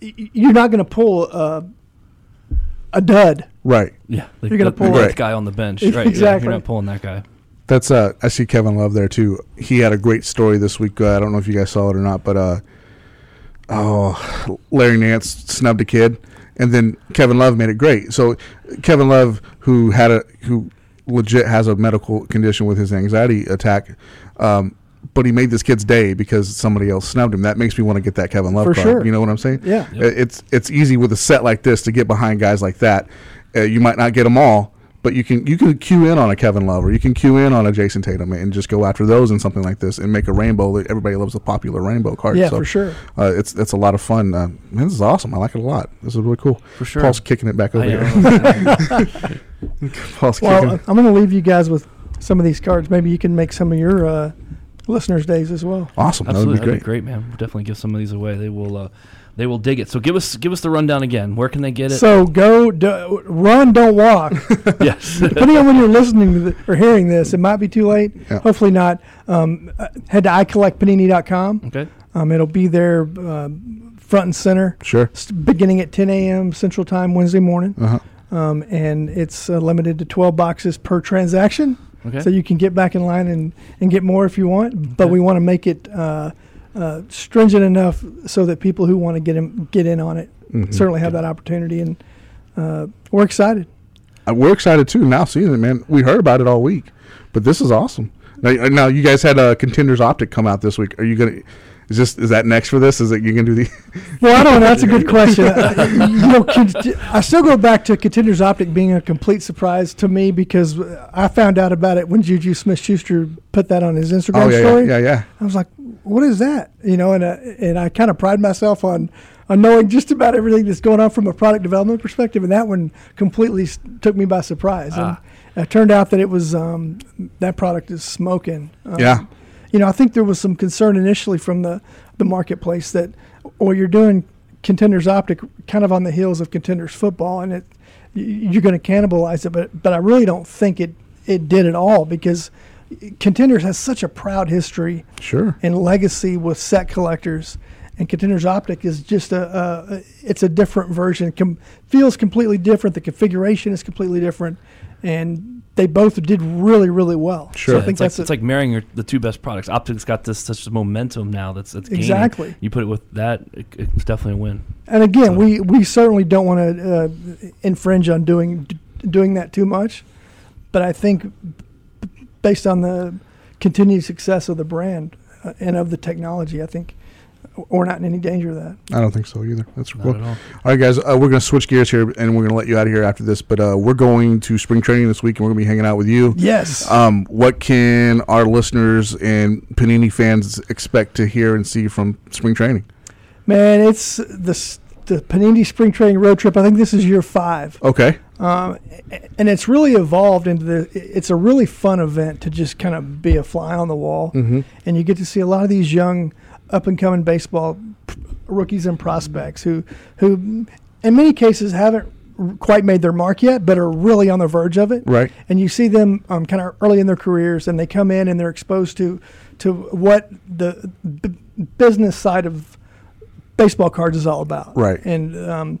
Speaker 8: Y- y- You're not going to pull a, a dud.
Speaker 1: Right.
Speaker 5: Yeah, like
Speaker 8: You're gonna
Speaker 5: the-
Speaker 8: pull
Speaker 5: that
Speaker 1: it.
Speaker 5: guy on the bench, right? Yeah,
Speaker 8: Exactly.
Speaker 5: you're not pulling that guy.
Speaker 1: That's uh, I see Kevin Love there too. He had a great story this week. Uh, I don't know if you guys saw it or not, but uh, oh, Larry Nance snubbed a kid, and then Kevin Love made it great. So Kevin Love, who had a who legit has a medical condition with his anxiety attack, um, but he made this kid's day because somebody else snubbed him. That makes me want to get that Kevin Love
Speaker 8: For
Speaker 1: card.
Speaker 8: sure.
Speaker 1: You know what I'm saying?
Speaker 8: Yeah.
Speaker 1: Uh, It's it's easy with a set like this to get behind guys like that. Uh, you might not get them all, but you can you can queue in on a Kevin Love or you can queue in on a Jason Tatum and just go after those and something like this and make a rainbow. that Everybody loves the popular rainbow card.
Speaker 8: Yeah, for sure.
Speaker 1: Uh, it's it's a lot of fun. Uh, man, this is awesome. I like it a lot. This is really cool. For
Speaker 5: sure.
Speaker 1: Paul's kicking it back over
Speaker 5: I
Speaker 1: here.
Speaker 5: know.
Speaker 1: Paul's
Speaker 8: Well,
Speaker 1: kicking.
Speaker 8: I'm going to leave you guys with some of these cards. Maybe you can make some of your uh, listeners' days as well.
Speaker 1: awesome. That would
Speaker 5: Absolutely,
Speaker 1: be great.
Speaker 5: man. We'll definitely give some of these away. They will, uh, they will dig it. So give us, give us the rundown again. Where can they get it?
Speaker 8: So go, do, run, don't walk.
Speaker 5: yes,
Speaker 8: Depending on when you're listening to the, or hearing this, it might be too late.
Speaker 1: Yeah.
Speaker 8: Hopefully not. Um, uh, head to icollectpanini.com.
Speaker 5: okay.
Speaker 8: Um, it'll be there uh, front and center.
Speaker 1: Sure.
Speaker 8: s- beginning at 10 a.m. Central Time Wednesday morning.
Speaker 1: Uh-huh.
Speaker 8: Um, and it's uh, limited to 12 boxes per transaction.
Speaker 5: Okay.
Speaker 8: So you can get back in line and, and get more if you want. But
Speaker 5: Okay.
Speaker 8: we want to make it uh, uh, stringent enough so that people who want to get in, get in on it
Speaker 5: Mm-hmm.
Speaker 8: certainly have that opportunity. And uh, we're excited.
Speaker 1: Uh, we're excited too. Now seeing it, man. We heard about it all week, but this is awesome. Now, uh, now you guys had a uh, contenders optic come out this week. Are you gonna? Is this is that next for this? Is it you can do the?
Speaker 8: Well, I don't know. That's a good question. I, you know, con- I still go back to Contenders Optic being a complete surprise to me because I found out about it when Juju Smith Schuster put that on his Instagram
Speaker 1: oh yeah, yeah,
Speaker 8: story.
Speaker 1: yeah, yeah.
Speaker 8: I was like, "What is that?" You know, and uh, and I kind of pride myself on on knowing just about everything that's going on from a product development perspective, and that one completely s- took me by surprise.
Speaker 1: Ah.
Speaker 8: And it turned out that it was um, that product is smoking. Um,
Speaker 1: Yeah.
Speaker 8: You know, I think there was some concern initially from the the marketplace that, well, you're doing contenders optic kind of on the heels of contenders football, and it y- you're going to cannibalize it. But but I really don't think it it did at all because contenders has such a proud history
Speaker 1: Sure.
Speaker 8: and legacy with set collectors. And Contenders Optic is just a, a it's a different version. Com- feels completely different. The configuration is completely different, and they both did really, really well.
Speaker 1: Sure.
Speaker 8: So I think
Speaker 5: it's like,
Speaker 8: that's a-
Speaker 5: it's like marrying your, the two best products. Optics got this such momentum now that's that's gaining.
Speaker 8: Exactly.
Speaker 5: You put it with that, it, it's definitely a win.
Speaker 8: and again, we, we certainly don't want to uh, infringe on doing d- doing that too much, but I think b- based on the continued success of the brand uh, and of the technology, I think we're not in any danger of that.
Speaker 1: I don't think so either. That's cool.
Speaker 5: at
Speaker 1: all.
Speaker 5: all.
Speaker 1: right, guys, uh, we're gonna switch gears here, and we're gonna let you out of here after this. But uh, we're going to spring training this week, and we're gonna be hanging out with you.
Speaker 8: Yes.
Speaker 1: Um, what can our listeners and Panini fans expect to hear and see from spring training?
Speaker 8: Man, it's the s- the Panini Spring Training road trip. I think this is year five,
Speaker 1: Okay.
Speaker 8: um, a- and it's really evolved into the. It's a really fun event to just kind of be a fly on the wall,
Speaker 1: Mm-hmm.
Speaker 8: and you get to see a lot of these young, up and coming baseball p- rookies and prospects who who, in many cases, haven't r- quite made their mark yet, but are really on the verge of it
Speaker 1: Right.
Speaker 8: and you see them um, kind of early in their careers, and they come in and they're exposed to to what the b- business side of baseball cards is all about.
Speaker 1: Right.
Speaker 8: And um,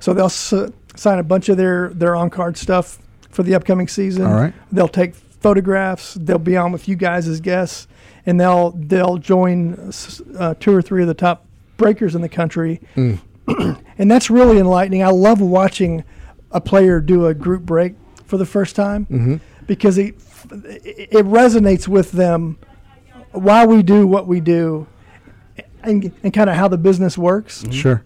Speaker 8: so they'll s- sign a bunch of their their on card stuff for the upcoming season.
Speaker 1: All right.
Speaker 8: They'll take photographs. They'll be on with you guys as guests, and they'll they'll join s- uh, two or three of the top breakers in the country.
Speaker 1: Mm.
Speaker 8: and that's really enlightening. I love watching a player do a group break for the first time
Speaker 1: Mm-hmm.
Speaker 8: because it it resonates with them why we do what we do and, and kind of how the business works
Speaker 1: Sure.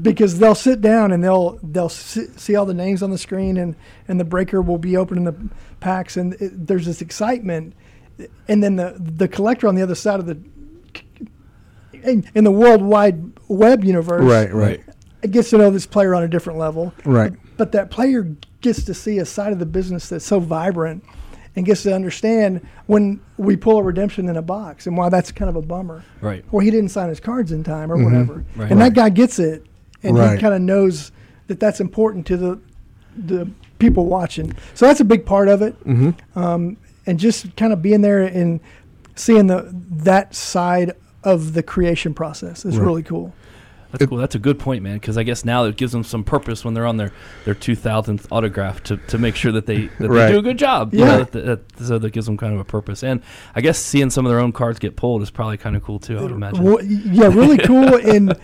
Speaker 8: because they'll sit down and they'll they'll si- see all the names on the screen and and the breaker will be opening the packs and it, there's this excitement and then the the collector on the other side of the in, in the world wide web universe
Speaker 1: Right, right,
Speaker 8: it gets to know this player on a different level
Speaker 1: right.
Speaker 8: but that player gets to see a side of the business that's so vibrant and gets to understand when we pull a redemption in a box and why that's kind of a bummer.
Speaker 5: Right.
Speaker 8: Or he didn't sign his cards in time or whatever.
Speaker 5: Right.
Speaker 8: And that guy gets it and
Speaker 1: Mm-hmm. Right.
Speaker 8: he kind of knows that that's important to the the people watching. So that's a big part of it. Um,
Speaker 1: Mm-hmm.
Speaker 8: and just kind of being there and seeing the that side of the creation process is really cool.
Speaker 5: That's cool. That's a good point, man. Because I guess now it gives them some purpose when they're on their their two thousandth autograph to, to make sure that they that
Speaker 1: Right.
Speaker 5: they do a good job.
Speaker 8: Yeah.
Speaker 5: that, that- so that gives them kind of a purpose. And I guess seeing some of their own cards get pulled is probably kind of cool too. I would imagine.
Speaker 8: Well, yeah, really cool. and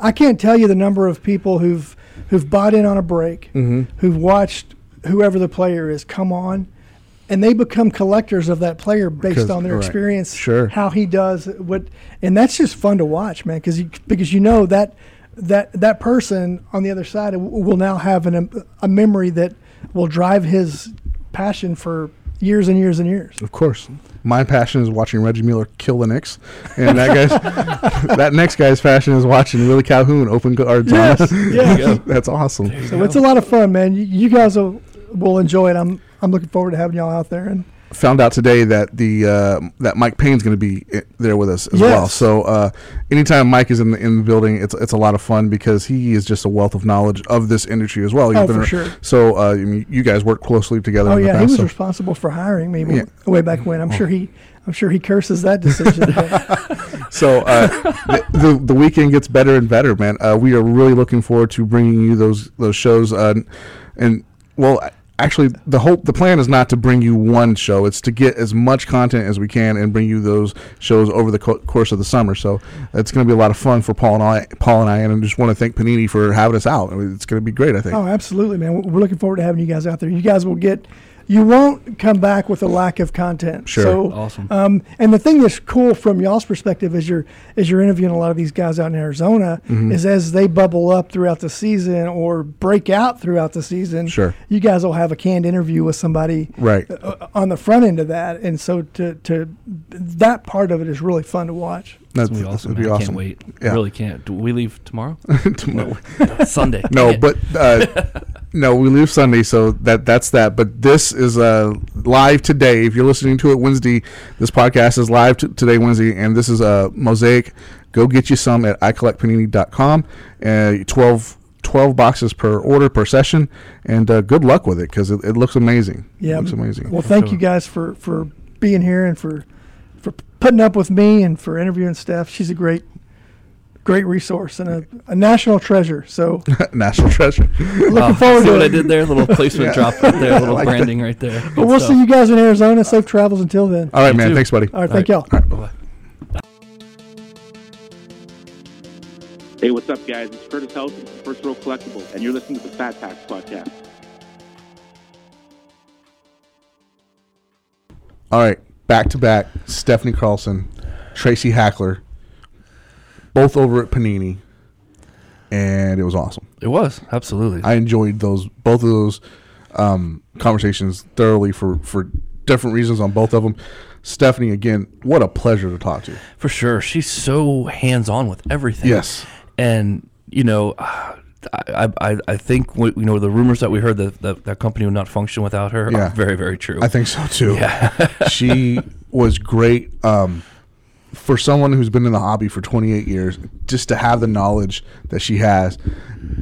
Speaker 8: I can't tell you the number of people who've who've bought in on a break,
Speaker 1: Mm-hmm.
Speaker 8: who've watched whoever the player is come on, and they become collectors of that player based
Speaker 1: 'Cause-
Speaker 8: on their
Speaker 1: right.
Speaker 8: experience,
Speaker 1: Sure.
Speaker 8: how he does what, and that's just fun to watch, man. Because you, because you know that that that person on the other side w- will now have an, a memory that will drive his passion for years and years and years.
Speaker 1: Of course. My passion is watching Reggie Miller kill the Knicks, and that guy's that next guy's passion is watching Willie Calhoun open guards. on
Speaker 8: Yes,
Speaker 1: us.
Speaker 8: yes.
Speaker 1: that's awesome.
Speaker 8: So it's a lot of fun, man. You, you guys will, will enjoy it. I'm I'm looking forward to having y'all out there. And
Speaker 1: Found out today that the uh, that Mike Payne's going to be i- there with us as
Speaker 8: Yes.
Speaker 1: well. So uh, anytime Mike is in the in the building, it's it's a lot of fun because he is just a wealth of knowledge of this industry as well. He's
Speaker 8: Oh, for
Speaker 1: ar-
Speaker 8: sure.
Speaker 1: So uh, I mean, you guys work closely together.
Speaker 8: oh
Speaker 1: in the
Speaker 8: yeah,
Speaker 1: past,
Speaker 8: he was
Speaker 1: so-
Speaker 8: responsible for hiring me w-
Speaker 1: Yeah.
Speaker 8: way back when. I'm sure he I'm sure he curses that decision. but
Speaker 1: So uh, the, the the weekend gets better and better, man. Uh, we are really looking forward to bringing you those those shows. Uh, and well, actually, the whole the plan is not to bring you one show. It's to get as much content as we can and bring you those shows over the co- course of the summer. So it's going to be a lot of fun for Paul and I. Paul and I, and I just want to thank Panini for having us out. I mean, it's going to be great. I think.
Speaker 8: oh, absolutely, man. We're looking forward to having you guys out there. You guys will get. You won't come back with a lack of content.
Speaker 1: Sure.
Speaker 8: So,
Speaker 5: Awesome.
Speaker 8: Um, and the thing that's cool from y'all's perspective is you're is you're interviewing a lot of these guys out in Arizona.
Speaker 1: Mm-hmm.
Speaker 8: Is as they bubble up throughout the season or break out throughout the season.
Speaker 1: Sure.
Speaker 8: You guys will have a canned interview with somebody.
Speaker 1: Right.
Speaker 8: uh, on the front end of that, and so to to that part of it is really fun to watch.
Speaker 5: It's gonna be awesome.
Speaker 1: that'd
Speaker 5: man. I can't wait.
Speaker 1: Yeah.
Speaker 5: Really can't. Do we leave tomorrow?
Speaker 1: Tomorrow.
Speaker 5: Sunday. Dang
Speaker 1: No,
Speaker 5: it.
Speaker 1: but uh, no, we leave Sunday, so that that's that. But this is uh, live today. If you're listening to it Wednesday, this podcast is live t- today, Wednesday, and this is uh, mosaic. Go get you some at icollectpanini.com. Uh, 12, 12 boxes per order per session, and uh, good luck with it because it, it looks amazing.
Speaker 8: Yeah,
Speaker 1: it looks amazing.
Speaker 8: Well, thank you guys for for being here and for for putting up with me and for interviewing Steph. She's a great great resource and a, a national treasure. So
Speaker 1: National treasure.
Speaker 8: looking
Speaker 5: Oh,
Speaker 8: forward
Speaker 5: see
Speaker 8: to
Speaker 5: what I
Speaker 8: it.
Speaker 5: did there? Little placement drop right there. Little branding right there. Good
Speaker 8: But we'll
Speaker 5: stuff.
Speaker 8: see you guys in Arizona. Safe travels until then.
Speaker 1: Uh, All right, man.
Speaker 5: too.
Speaker 1: Thanks, buddy.
Speaker 8: All right, thank y'all.
Speaker 5: All right, bye-bye.
Speaker 9: Hey, what's up, guys? It's Curtis Helton from First Row Collectibles, and you're listening to the Fat Packs Podcast.
Speaker 1: All right, back to back. Stephanie Carlson, Tracy Hackler, both over at Panini, and it was awesome.
Speaker 5: It was absolutely.
Speaker 1: I enjoyed those both of those um, conversations thoroughly for for different reasons on both of them. Stephanie, again, what a pleasure to talk to.
Speaker 5: For sure. She's so hands on with everything.
Speaker 1: Yes.
Speaker 5: And, you know, I, I, I think, what- you know, the rumors that we heard that, that that company would not function without her
Speaker 1: Yeah.
Speaker 5: are very, very true.
Speaker 1: I think so too. she was great. Um, for someone who's been in the hobby for 28 years, just to have the knowledge that she has,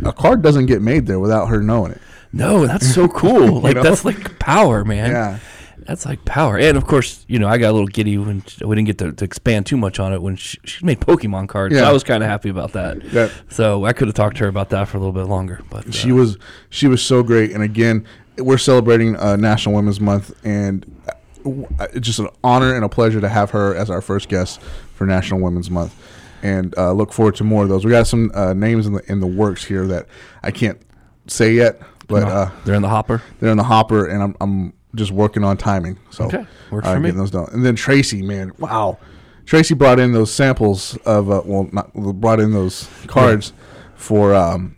Speaker 1: a card doesn't get made there without her knowing it.
Speaker 5: no, that's so cool. Like,
Speaker 1: know?
Speaker 5: that's like power, man.
Speaker 1: Yeah.
Speaker 5: That's like power. And of course, you know, I got a little giddy when sh we didn't get to, to expand too much on it when she, she made Pokemon cards.
Speaker 1: Yeah.
Speaker 5: I was kind of happy about that.
Speaker 1: Yeah.
Speaker 5: So I could have talked to her about that for a little bit longer. But uh,
Speaker 1: She was she was so great, and again, we're celebrating uh, National Women's Month, and uh, w- uh, it's just an honor and a pleasure to have her as our first guest for National Women's Month, and uh, look forward to more of those. We got some uh, names in the in the works here that I can't say yet, but uh,
Speaker 5: they're in the hopper.
Speaker 1: they're in the hopper, and I'm I'm just working on timing. So
Speaker 5: Okay. Works
Speaker 1: uh,
Speaker 5: for me.
Speaker 1: getting those done. And then Tracy, man, wow, Tracy brought in those samples of uh, well, not brought in those cards for um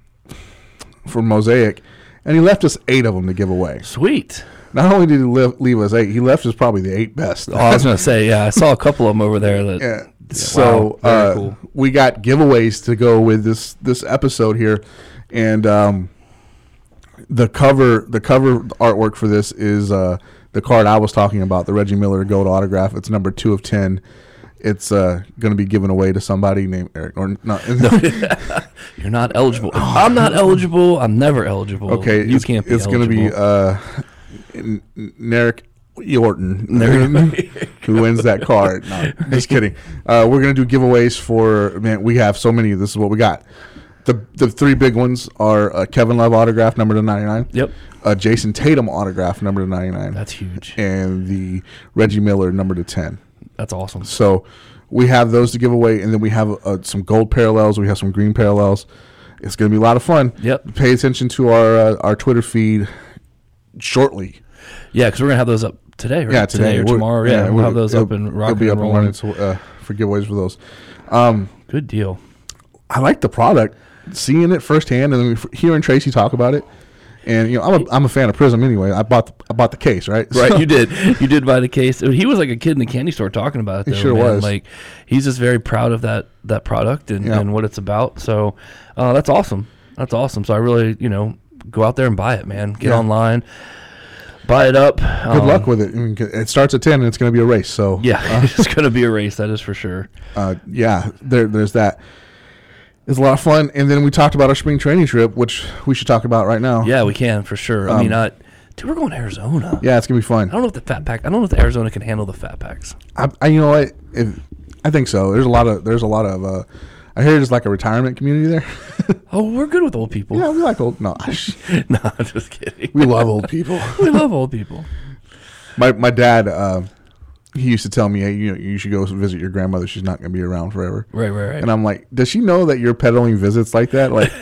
Speaker 1: for Mosaic, and he left us eight of them to give away.
Speaker 5: Sweet.
Speaker 1: Not only did he leave, leave us eight, he left us probably the eight best.
Speaker 5: Oh, I was gonna say, yeah, I saw a couple of them over there. That
Speaker 1: Yeah. So
Speaker 5: wow, very
Speaker 1: uh,
Speaker 5: cool.
Speaker 1: we got giveaways to go with this this episode here, and um, the cover the cover artwork for this is uh, the card I was talking about, the Reggie Miller Gold autograph. It's number two of ten. It's uh, going to be given away to somebody named Eric or not.
Speaker 5: you're not eligible. I'm not eligible. I'm never eligible.
Speaker 1: Oh, okay,
Speaker 5: you
Speaker 1: it's,
Speaker 5: can't be.
Speaker 1: It's going to be
Speaker 5: eligible.
Speaker 1: uh, N- N- Narek Yorton who wins that card. No, just kidding. Uh, we're going to do giveaways for man. We have so many. This is what we got. The, the three big ones are uh, Kevin Love autograph number to ninety nine.
Speaker 5: Yep.
Speaker 1: Uh, Jason Tatum autograph number to ninety nine.
Speaker 5: That's huge.
Speaker 1: And the Reggie Miller number to ten.
Speaker 5: That's awesome.
Speaker 1: So we have those to give away, and then we have uh, some gold parallels. We have some green parallels. It's going to be a lot of fun.
Speaker 5: Yep.
Speaker 1: Pay attention to our uh, our Twitter feed shortly.
Speaker 5: Yeah, because we're gonna have those up today, right?
Speaker 1: Yeah, today,
Speaker 5: or
Speaker 1: We're-
Speaker 5: tomorrow. Yeah, we'll,
Speaker 1: we're-
Speaker 5: have those
Speaker 1: it'll-
Speaker 5: up and
Speaker 1: it'll
Speaker 5: rocking
Speaker 1: be up and
Speaker 5: and rolling.
Speaker 1: running so, uh, for giveaways for those.
Speaker 5: Good deal.
Speaker 1: I like the product, seeing it firsthand, and then f- hearing Tracy talk about it. And you know, I'm a, I'm a fan of Prism anyway. I bought the, I bought the case, right?
Speaker 5: Right,
Speaker 1: So-
Speaker 5: you did. You did buy the case. He was like a kid in the candy store talking about it. Though,
Speaker 1: He sure
Speaker 5: man.
Speaker 1: was.
Speaker 5: Like he's just very proud of that that product and,
Speaker 1: Yeah.
Speaker 5: and what it's about. So uh, that's awesome. That's awesome. So I really, you know, go out there and buy it, man. Get
Speaker 1: Yeah.
Speaker 5: online, buy it up. Um,
Speaker 1: Good luck with it. I mean, c- it starts at ten, and it's going to be a race. So
Speaker 5: Oh. Yeah, it's gonna be a race. That is for sure.
Speaker 1: uh, yeah, there, there's that. It's a lot of fun. And then we talked about our spring training trip, which we should talk about right now.
Speaker 5: Yeah, we can for sure. I mean, I, dude, we're going to Arizona.
Speaker 1: Um, Yeah, it's gonna be fun.
Speaker 5: I don't know if the fat pack. I don't know if the Arizona can handle the fat packs.
Speaker 1: I, I you know what? If I think so. There's a lot of there's a lot of. Uh, I hear there's like a retirement community there.
Speaker 5: Oh, we're good with old people.
Speaker 1: yeah, we like old. No,
Speaker 5: no, I'm just kidding.
Speaker 1: we love old people.
Speaker 5: we love old people.
Speaker 1: My my dad, uh, he used to tell me, hey, you know, you should go visit your grandmother. She's not gonna be around forever.
Speaker 5: Right, right, right.
Speaker 1: And I'm like, does she know that you're peddling visits like that? Like,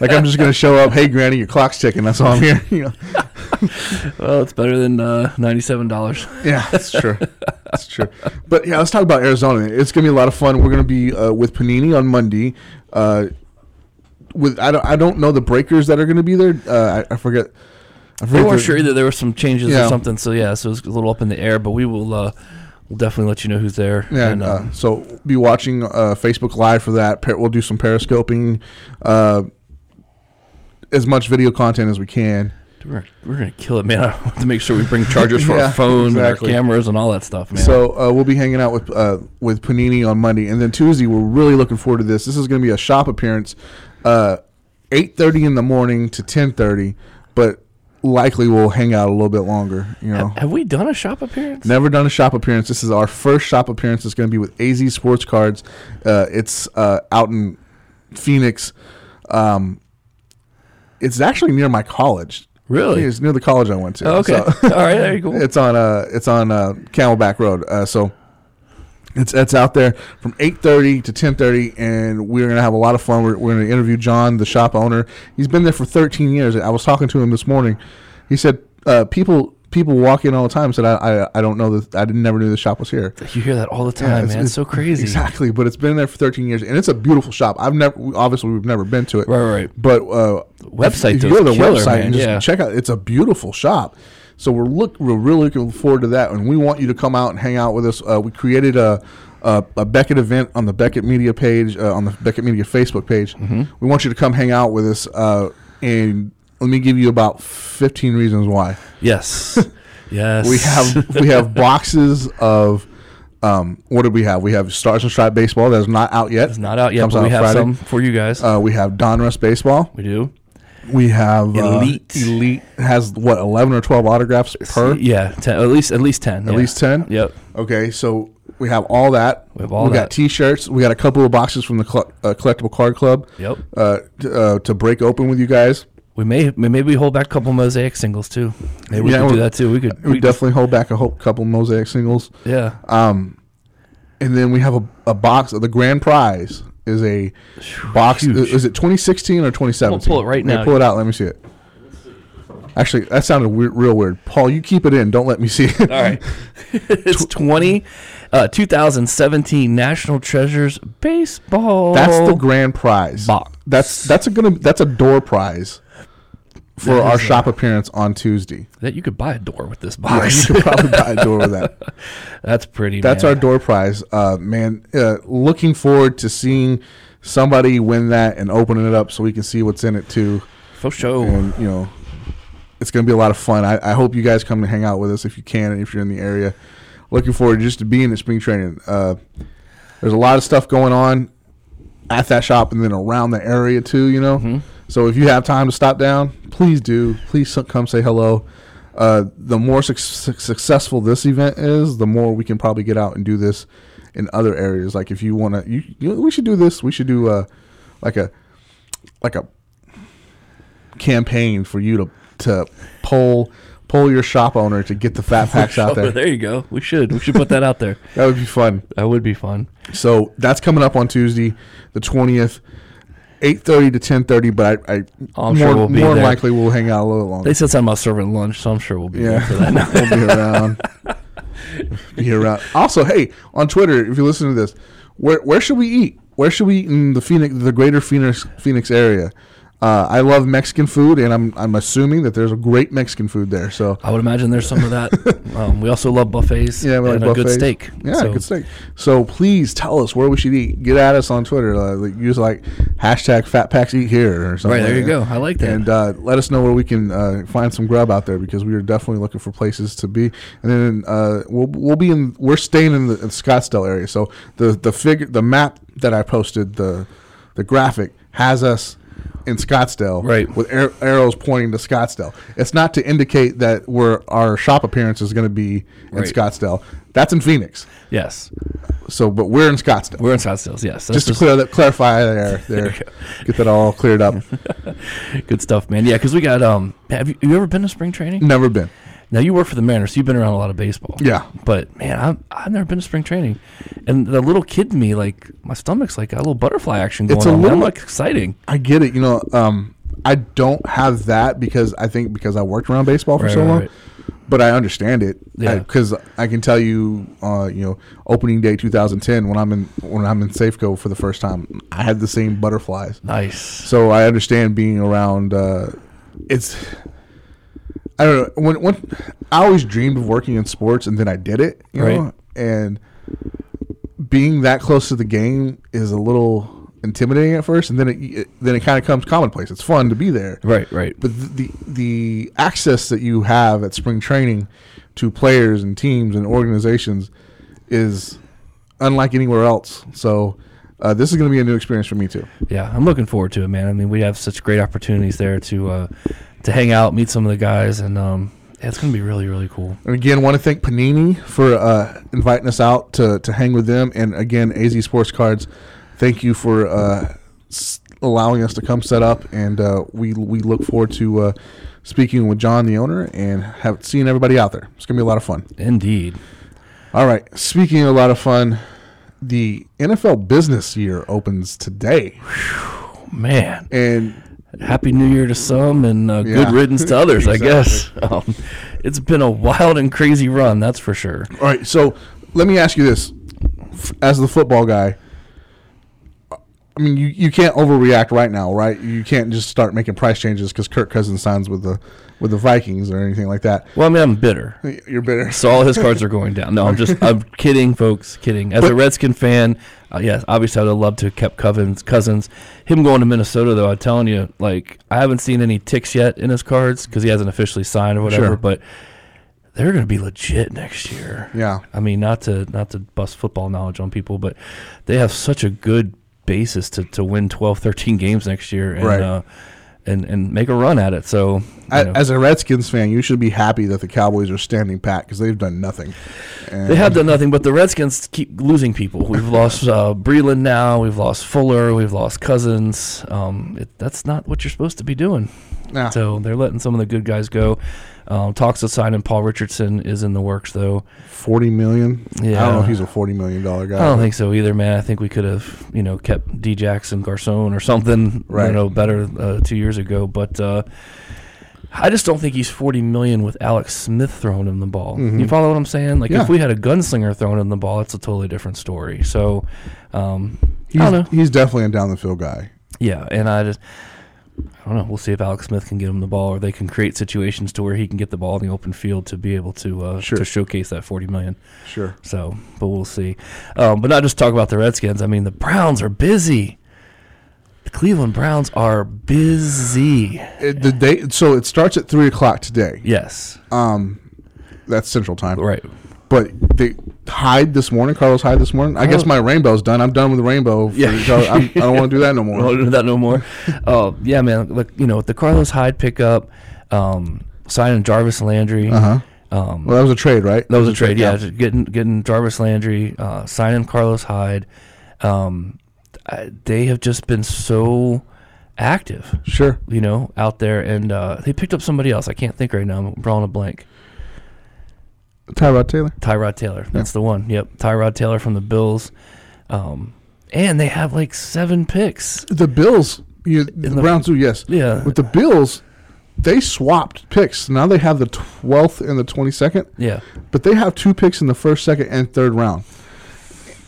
Speaker 1: like I'm just gonna show up. Hey, granny, your clock's ticking. That's all I'm here. You know? oh,
Speaker 5: Well, it's better than uh, ninety-seven dollars.
Speaker 1: Yeah, that's true. that's true. But yeah, let's talk about Arizona. It's gonna be a lot of fun. We're gonna be uh, with Panini on Monday. Uh, with I don't I don't know the breakers that are gonna be there. Uh, I, I forget. I
Speaker 5: We
Speaker 1: forget
Speaker 5: weren't
Speaker 1: the-
Speaker 5: sure either. There were some changes
Speaker 1: Yeah.
Speaker 5: or something. So yeah, so it's a little up in the air. But we will, uh, we'll definitely let you know who's there.
Speaker 1: Yeah, and,
Speaker 5: And, uh,
Speaker 1: uh, so be watching uh, Facebook Live for that. Per- We'll do some periscoping, uh, as much video content as we can.
Speaker 5: we're, we're gonna kill it, man. I want to make sure we bring chargers for
Speaker 1: Yeah,
Speaker 5: our phone
Speaker 1: exactly.
Speaker 5: and our cameras and all that stuff, man.
Speaker 1: So uh, we'll be hanging out with uh, with Panini on Monday, and then Tuesday we're really looking forward to this. This is going to be a shop appearance, uh, eight thirty in the morning to ten thirty, but likely we'll hang out a little bit longer. You know,
Speaker 5: have we done a shop appearance?
Speaker 1: Never done a shop appearance. This is our first shop appearance. It's going to be with AZ Sports Cards. Uh, it's uh, out in Phoenix. Um, it's actually near my college.
Speaker 5: Really?
Speaker 1: It's near the college I went to.
Speaker 5: Oh, okay.
Speaker 1: So-
Speaker 5: all right. There you go.
Speaker 1: it's on uh, it's on uh, Camelback Road. Uh, so it's it's out there from eight thirty to ten thirty, and we're gonna have a lot of fun. We're, we're gonna interview John, the shop owner. He's been there for thirteen years. I was talking to him this morning. He said uh, people people walk in all the time. Said I I, I don't know that I didn't never knew the shop was here.
Speaker 5: You hear that all the time,
Speaker 1: Yeah,
Speaker 5: man. It's, so crazy.
Speaker 1: Exactly, but it's been there for 13 years, and it's a beautiful shop. I've never, obviously, we've never been to it.
Speaker 5: Right, right.
Speaker 1: But uh,
Speaker 5: Website
Speaker 1: if you
Speaker 5: though
Speaker 1: go to
Speaker 5: is
Speaker 1: the
Speaker 5: killer,
Speaker 1: website
Speaker 5: man,
Speaker 1: and just
Speaker 5: yeah.
Speaker 1: check out. It's a beautiful shop. So we're look, we're really looking forward to that, and we want you to come out and hang out with us. Uh, we created a. A, a Beckett event on the Beckett Media page, uh, on the Beckett Media Facebook page.
Speaker 5: Mm-hmm.
Speaker 1: We want you to come hang out with us, uh, and let me give you about 15 reasons why
Speaker 5: Yes. yes.
Speaker 1: we have we have boxes of um, what do we have? We have Stars and Stripes baseball that is not out yet.
Speaker 5: It's not out yet,
Speaker 1: Comes
Speaker 5: but we
Speaker 1: on
Speaker 5: have
Speaker 1: Friday.
Speaker 5: some for you guys.
Speaker 1: Uh, we have Donruss baseball.
Speaker 5: we do.
Speaker 1: We have uh,
Speaker 5: Elite.
Speaker 1: Elite has what eleven or twelve autographs per.
Speaker 5: Yeah, ten, at least at least ten.
Speaker 1: At least 10?
Speaker 5: Yep.
Speaker 1: Okay, so we have all that.
Speaker 5: We have all
Speaker 1: we
Speaker 5: that.
Speaker 1: got T-shirts. We got a couple of boxes from the cl- uh, collectible card club.
Speaker 5: Yep.
Speaker 1: Uh, t- uh, to break open with you guys.
Speaker 5: We may maybe we hold back a couple mosaic singles too. Maybe we
Speaker 1: Yeah,
Speaker 5: could do
Speaker 1: we-
Speaker 5: that too. We could.
Speaker 1: We, definitely uh, hold back a whole couple mosaic singles,
Speaker 5: Yeah.
Speaker 1: and then we have a, a box. The grand prize is a box.
Speaker 5: Huge.
Speaker 1: Is it 2016 or 2017?
Speaker 5: pull it right
Speaker 1: Let me
Speaker 5: now.
Speaker 1: Pull it out. Let me see it. Actually, that sounded weird, real weird. Paul, you keep it in. Don't let me see it.
Speaker 5: All right. it's 20, uh, 2017 National Treasures Baseball.
Speaker 1: That's the grand prize.
Speaker 5: Box.
Speaker 1: That's that's a gonna that's a door prize for our shop appearance on Tuesday.
Speaker 5: that you could buy a door with this
Speaker 1: Yeah, you
Speaker 5: box.
Speaker 1: could probably buy a door with that.
Speaker 5: That's pretty.
Speaker 1: That's
Speaker 5: man.
Speaker 1: our door prize, uh, man. Uh, looking forward to seeing somebody win that and opening it up so we can see what's in it too.
Speaker 5: for sure.
Speaker 1: And you know, it's gonna be a lot of fun. I, I hope you guys come and hang out with us if you can and if you're in the area. Looking forward just to being at spring training. Uh, there's a lot of stuff going on at that shop and then around the area too. You know, so if you have time to stop down, please do. Please so- come say hello. Uh, the more suc suc- successful this event is, the more we can probably get out and do this in other areas. Like if you want to, you, you we should do this. We should do uh, like a like a campaign for you to to poll poll your shop owner to get the fat packs out there.
Speaker 5: Oh, there you go. We should. We should put that out there.
Speaker 1: That would be fun.
Speaker 5: That would be fun.
Speaker 1: So that's coming up on Tuesday, the twentieth, eight thirty to ten thirty. But I, I
Speaker 5: I'm
Speaker 1: more,
Speaker 5: sure we'll be
Speaker 1: more than
Speaker 5: there.
Speaker 1: likely we'll hang out a little longer.
Speaker 5: They said something about serving lunch, so I'm sure we'll be there for that.
Speaker 1: yeah, we'll be around. be around. Also, hey, on Twitter, if you listen to this, where where should we eat? Where should we eat in the Phoenix, the greater Phoenix Phoenix area? Uh, I love Mexican food, and I'm I'm assuming that there's a great Mexican food there. So
Speaker 5: I would imagine there's some of that. um, we also love buffets.
Speaker 1: Yeah, we like
Speaker 5: and a good
Speaker 1: buffets.
Speaker 5: steak.
Speaker 1: Yeah,
Speaker 5: So
Speaker 1: good steak. So please tell us where we should eat. Get at us on Twitter. Uh, like, use like hashtag Fat Packs Eat Here or something.
Speaker 5: Right, there
Speaker 1: like
Speaker 5: you
Speaker 1: that.
Speaker 5: go. I like that.
Speaker 1: And uh, let us know where we can uh, find some grub out there because we are definitely looking for places to be. And then uh, we'll we'll be in. We're staying in the in Scottsdale area. So the the figure the map that I posted the the graphic has us. In Scottsdale,
Speaker 5: Right.
Speaker 1: with ar- arrows pointing to Scottsdale. It's not to indicate that where our shop appearance is going to be in
Speaker 5: Right.
Speaker 1: Scottsdale. That's in Phoenix.
Speaker 5: Yes,
Speaker 1: So, but we're in Scottsdale.
Speaker 5: we're in Scottsdale. Yes, that's
Speaker 1: just to clear that, clarify there, there, get that all cleared up.
Speaker 5: good stuff, man. Yeah, because we got. Um, have you, you ever been to spring training?
Speaker 1: Never been.
Speaker 5: Now you work for the Mariners, so you've been around a lot of baseball.
Speaker 1: Mm. Yeah.
Speaker 5: But man, I'm, I've never been to spring training, and the little kid in me, like my stomach's like got a little butterfly action going
Speaker 1: It's a
Speaker 5: on. man. I'm
Speaker 1: little-
Speaker 5: like exciting.
Speaker 1: I get it. You know, um, I don't have that because I think because I worked around baseball for
Speaker 5: Right,
Speaker 1: so
Speaker 5: right,
Speaker 1: long,
Speaker 5: right.
Speaker 1: but I understand it
Speaker 5: Yeah.
Speaker 1: because I, can tell you, uh, you know, opening day 2010 when I'm in when I'm in Safeco for the first time, I had the same butterflies.
Speaker 5: Nice.
Speaker 1: So I understand being around. Uh, it's I don't know. When when I always dreamed of working in sports, and then I did it. You
Speaker 5: Right.
Speaker 1: know, and being that close to the game is a little intimidating at first, and then it, it then it kind of comes commonplace. It's fun to be there.
Speaker 5: Right. Right.
Speaker 1: But the, the the access that you have at spring training to players and teams and organizations is unlike anywhere else. So uh, this is going to be a new experience for me too.
Speaker 5: yeah, I'm looking forward to it, man. I mean, we have such great opportunities there to uh, to hang out, meet some of the guys, and um, yeah, it's gonna be really, really cool.
Speaker 1: And again, want to thank Panini for uh, inviting us out to, to hang with them. And again, AZ Sports Cards, thank you for uh, s- allowing us to come set up. And uh, we we look forward to uh, speaking with John, the owner, and have seeing everybody out there. It's gonna be a lot of fun.
Speaker 5: Indeed.
Speaker 1: All right, speaking of a lot of fun, the NFL business year opens today,
Speaker 5: Man,
Speaker 1: and
Speaker 5: happy New Year to some, and uh,
Speaker 1: Yeah.
Speaker 5: good riddance to others, I guess. Um, it's been a wild and crazy run, that's for sure.
Speaker 1: All right, so let me ask you this: F- as the football guy, I mean, you, you can't overreact right now, right? You can't just start making price changes because Kirk Cousins signs with the with the Vikings or anything like that.
Speaker 5: Well, I mean, I'm bitter.
Speaker 1: You're bitter.
Speaker 5: So all his cards are going down. No, I'm just I'm kidding, folks. Kidding. As a Redskin fan, uh, yes, obviously I'd have loved to have kept Cousins. Cousins, him going to Minnesota though. I'm telling you, like I haven't seen any ticks yet in his cards because he hasn't officially signed or whatever.
Speaker 1: Sure.
Speaker 5: But they're going to be legit next year.
Speaker 1: Yeah.
Speaker 5: I mean, not to not to bust football knowledge on people, but they have such a good basis to, to win 12, 13 games next year, and
Speaker 1: Right.
Speaker 5: uh, and and make a run at it. So you
Speaker 1: A-
Speaker 5: know,
Speaker 1: As a Redskins fan, you should be happy that the Cowboys are standing pat because they've done nothing. And
Speaker 5: they have done nothing, but the Redskins keep losing people. We've lost uh, Breland now. We've lost Fuller. We've lost Cousins. Um, it, that's not what you're supposed to be doing.
Speaker 1: Nah.
Speaker 5: So they're letting some of the good guys go. Um, talks of signing Paul Richardson is in the works, though.
Speaker 1: forty million. I don't know
Speaker 5: Yeah.
Speaker 1: if he's a forty million dollar guy.
Speaker 5: I don't think so either, man. I think we could have, you know, kept D. Jackson, Garcon, or something, you
Speaker 1: Right.
Speaker 5: know, better uh, two years ago. But uh, I just don't think he's forty million with Alex Smith throwing him the ball. You follow what I'm saying? Like
Speaker 1: Mm-hmm. Yeah.
Speaker 5: if we had a gunslinger throwing him the ball, it's a totally different story. So, um,
Speaker 1: he's,
Speaker 5: I don't know.
Speaker 1: he's definitely a down the field guy.
Speaker 5: Yeah, and I just. I don't know. We'll see if Alex Smith can get him the ball, or they can create situations to where he can get the ball in the open field to be able to uh,
Speaker 1: Sure.
Speaker 5: to showcase that forty million.
Speaker 1: Sure.
Speaker 5: So, but we'll see. Um, but not just talk about the Redskins. I mean, the Browns are busy. The Cleveland Browns are busy.
Speaker 1: It, the day, so it starts at three o'clock today.
Speaker 5: Yes.
Speaker 1: That's Central Time.
Speaker 5: right.
Speaker 1: But they Hyde this morning, Carlos Hyde this morning. I guess my rainbow's done. I'm done with the rainbow. For,
Speaker 5: Yeah.
Speaker 1: so I'm, I don't want to do that no
Speaker 5: I don't
Speaker 1: more.
Speaker 5: do that no more. uh, yeah, man. Look, you know, the Carlos Hyde pickup, um, signing Jarvis Landry. Uh-huh. Um,
Speaker 1: Well, that was a trade, right?
Speaker 5: that was a trade. Yeah, just getting getting Jarvis Landry, uh, signing Carlos Hyde. Um, I, they have just been so active.
Speaker 1: Sure.
Speaker 5: you know, out there, and uh, they picked up somebody else. I can't think right now. I'm drawing a blank.
Speaker 1: Tyrod Taylor.
Speaker 5: Tyrod Taylor. That's the one. Yep, Tyrod Taylor from the Bills. Um, and they have like seven picks.
Speaker 1: The Bills. You, the,
Speaker 5: the-
Speaker 1: Browns do yes.
Speaker 5: Yeah.
Speaker 1: With the Bills, they swapped picks. Now they have the twelfth and the twenty second.
Speaker 5: Yeah,
Speaker 1: but they have two picks in the first, second, and third round.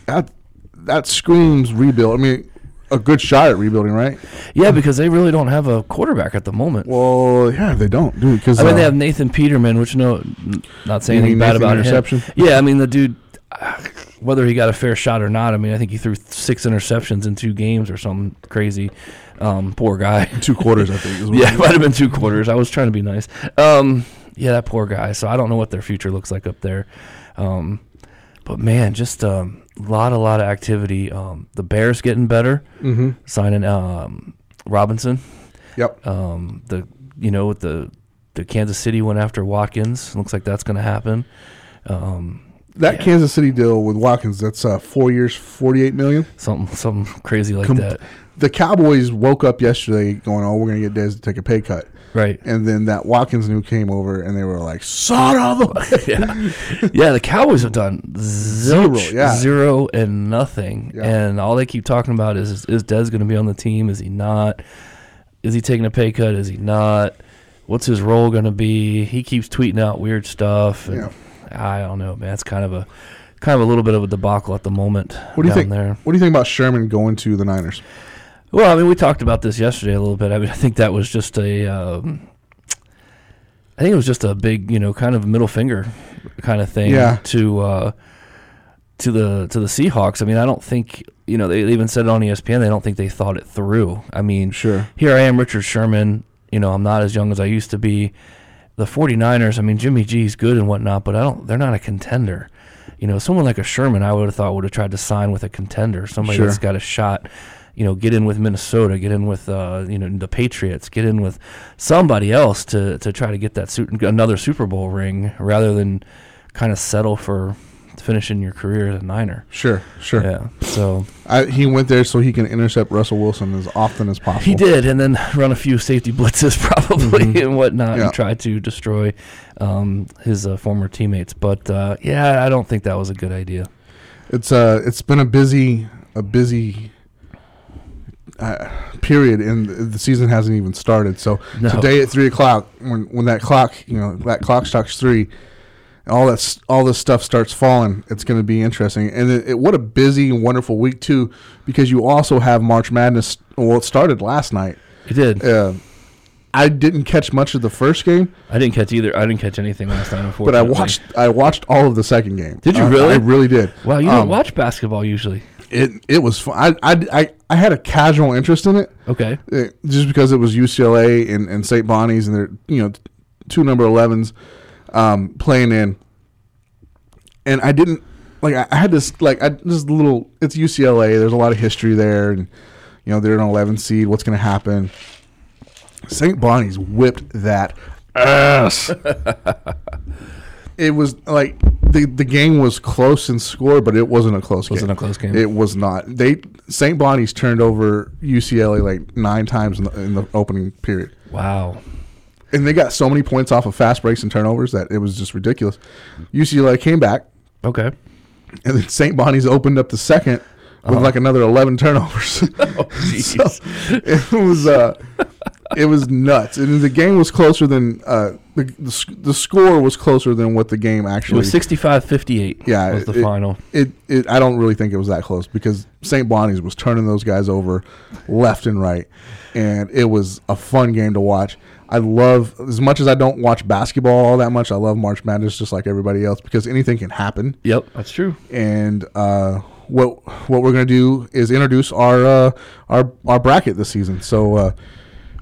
Speaker 1: That that screams rebuild. I mean, a good shot at rebuilding, right?
Speaker 5: yeah, because they really don't have a quarterback at the moment.
Speaker 1: Hmm. Well, yeah, they don't, dude. Because
Speaker 5: I mean, they have Nathan Peterman, which no, n- not saying
Speaker 1: You mean
Speaker 5: anything bad
Speaker 1: Nathan
Speaker 5: about
Speaker 1: interception?
Speaker 5: him. Yeah, I mean the dude, uh, whether he got a fair shot or not, I mean I think he threw six interceptions in two games or something crazy. Um, poor guy.
Speaker 1: two quarters. I think. Is what
Speaker 5: Yeah, it might have been two quarters. I was trying to be nice. Um, yeah, that poor guy. So I don't know what their future looks like up there. Um, but man, just a um, lot, a lot of activity. Um, the Bears getting better, mm-hmm. signing um, Robinson.
Speaker 1: Yep.
Speaker 5: Um, the you know with the the Kansas City went after Watkins. Looks like that's going to happen.
Speaker 1: that Kansas City deal with Watkins. That's uh, four years, forty-eight million.
Speaker 5: Something something crazy like
Speaker 1: Com-
Speaker 5: that.
Speaker 1: The Cowboys woke up yesterday going, "Oh, we're gonna get Dez to take a pay cut."
Speaker 5: Right.
Speaker 1: And then that Watkins new came over, and they were like, "Son of a!"
Speaker 5: yeah. yeah, the Cowboys have done
Speaker 1: Zero,
Speaker 5: zilch,
Speaker 1: yeah.
Speaker 5: zero and nothing.
Speaker 1: Yeah.
Speaker 5: And all they keep talking about is is Dez going to be on the team? Is he not? Is he taking a pay cut? Is he not? What's his role going to be? He keeps tweeting out weird stuff. And
Speaker 1: Yeah.
Speaker 5: I don't know, man. It's kind of a kind of a little bit of a debacle at the moment
Speaker 1: What do you
Speaker 5: down
Speaker 1: think?
Speaker 5: there.
Speaker 1: What do you think about Sherman going to the Niners?
Speaker 5: Well, I mean, we talked about this yesterday a little bit. I mean, I think that was just a, um, I think it was just a big, you know, kind of middle finger kind of thing
Speaker 1: Yeah.
Speaker 5: to uh, to the to the Seahawks. I mean, I don't think you know they they even said it on E ESPN. They don't think they thought it through. I mean,
Speaker 1: Sure.
Speaker 5: Here I am, Richard Sherman. You know, I'm not as young as I used to be. The 49ers. I mean, Jimmy G's good and whatnot, but I don't. They're not a contender. You know, someone like a Sherman, I would have thought would have tried to sign with a contender, somebody
Speaker 1: Sure.
Speaker 5: that's got a shot. You know, get in with Minnesota, get in with uh, you know the Patriots, get in with somebody else to to try to get that suit another Super Bowl ring, rather than kind of settle for finishing your career as a Niner.
Speaker 1: Sure. Sure.
Speaker 5: Yeah. So
Speaker 1: I, he went there so he can intercept Russell Wilson as often as possible.
Speaker 5: he did, and then run a few safety blitzes probably and whatnot,
Speaker 1: Yeah.
Speaker 5: and try to destroy um, his uh, former teammates. But uh, yeah, I don't think that was a good idea.
Speaker 1: It's uh, it's been a busy, a busy uh, period, and th- the season hasn't even started. So
Speaker 5: No.
Speaker 1: today at three o'clock, when when that clock, you know, that clock strikes three, and all that s- all this stuff starts falling. It's going to be interesting, and it, it, what a busy and wonderful week too, because you also have March Madness. Well, it started last night.
Speaker 5: It did.
Speaker 1: Uh, I didn't catch much of the first game,
Speaker 5: I didn't catch either. I didn't catch anything last night.
Speaker 1: but
Speaker 5: Unfortunately,
Speaker 1: I watched I watched all of the second game.
Speaker 5: Did you
Speaker 1: Uh,
Speaker 5: really?
Speaker 1: I really did.
Speaker 5: Wow, you
Speaker 1: Um,
Speaker 5: don't watch basketball usually.
Speaker 1: it it was fun. I, I, I, I had a casual interest in it,
Speaker 5: Okay.
Speaker 1: eh, just because it was UCLA and, and St. Bonnie's and they're you know two number 11s um, playing in, and I didn't like I, I had this like I just little it's UCLA. There's a lot of history there, and you know they're an 11 seed. What's going to happen? St. Bonnie's whipped that ass. it was like the the game was close in score, but it wasn't a close
Speaker 5: Wasn't
Speaker 1: game.
Speaker 5: a close game.
Speaker 1: It was not. They St. Bonnie's turned over UCLA like nine times in the, in the opening period.
Speaker 5: Wow.
Speaker 1: And they got so many points off of fast breaks and turnovers that it was just ridiculous. UCLA came back,
Speaker 5: Okay.
Speaker 1: and then St. Bonnie's opened up the second with
Speaker 5: Uh-huh.
Speaker 1: like another 11 turnovers.
Speaker 5: Oh,
Speaker 1: So, it was uh, it was nuts, and the game was closer than uh, the, the sc- the score was closer than what the game
Speaker 5: It
Speaker 1: actually
Speaker 5: was 65-58
Speaker 1: Yeah,
Speaker 5: was the
Speaker 1: it-
Speaker 5: final.
Speaker 1: It, it I don't really think it was that close because St. Bonnie's was turning those guys over left and right, and it was a fun game to watch. I love as much as I don't watch basketball all that much. I love March Madness just like everybody else because anything can happen
Speaker 5: Yep, that's true.
Speaker 1: and uh, what what we're gonna do is introduce our uh, our our bracket this season. So uh,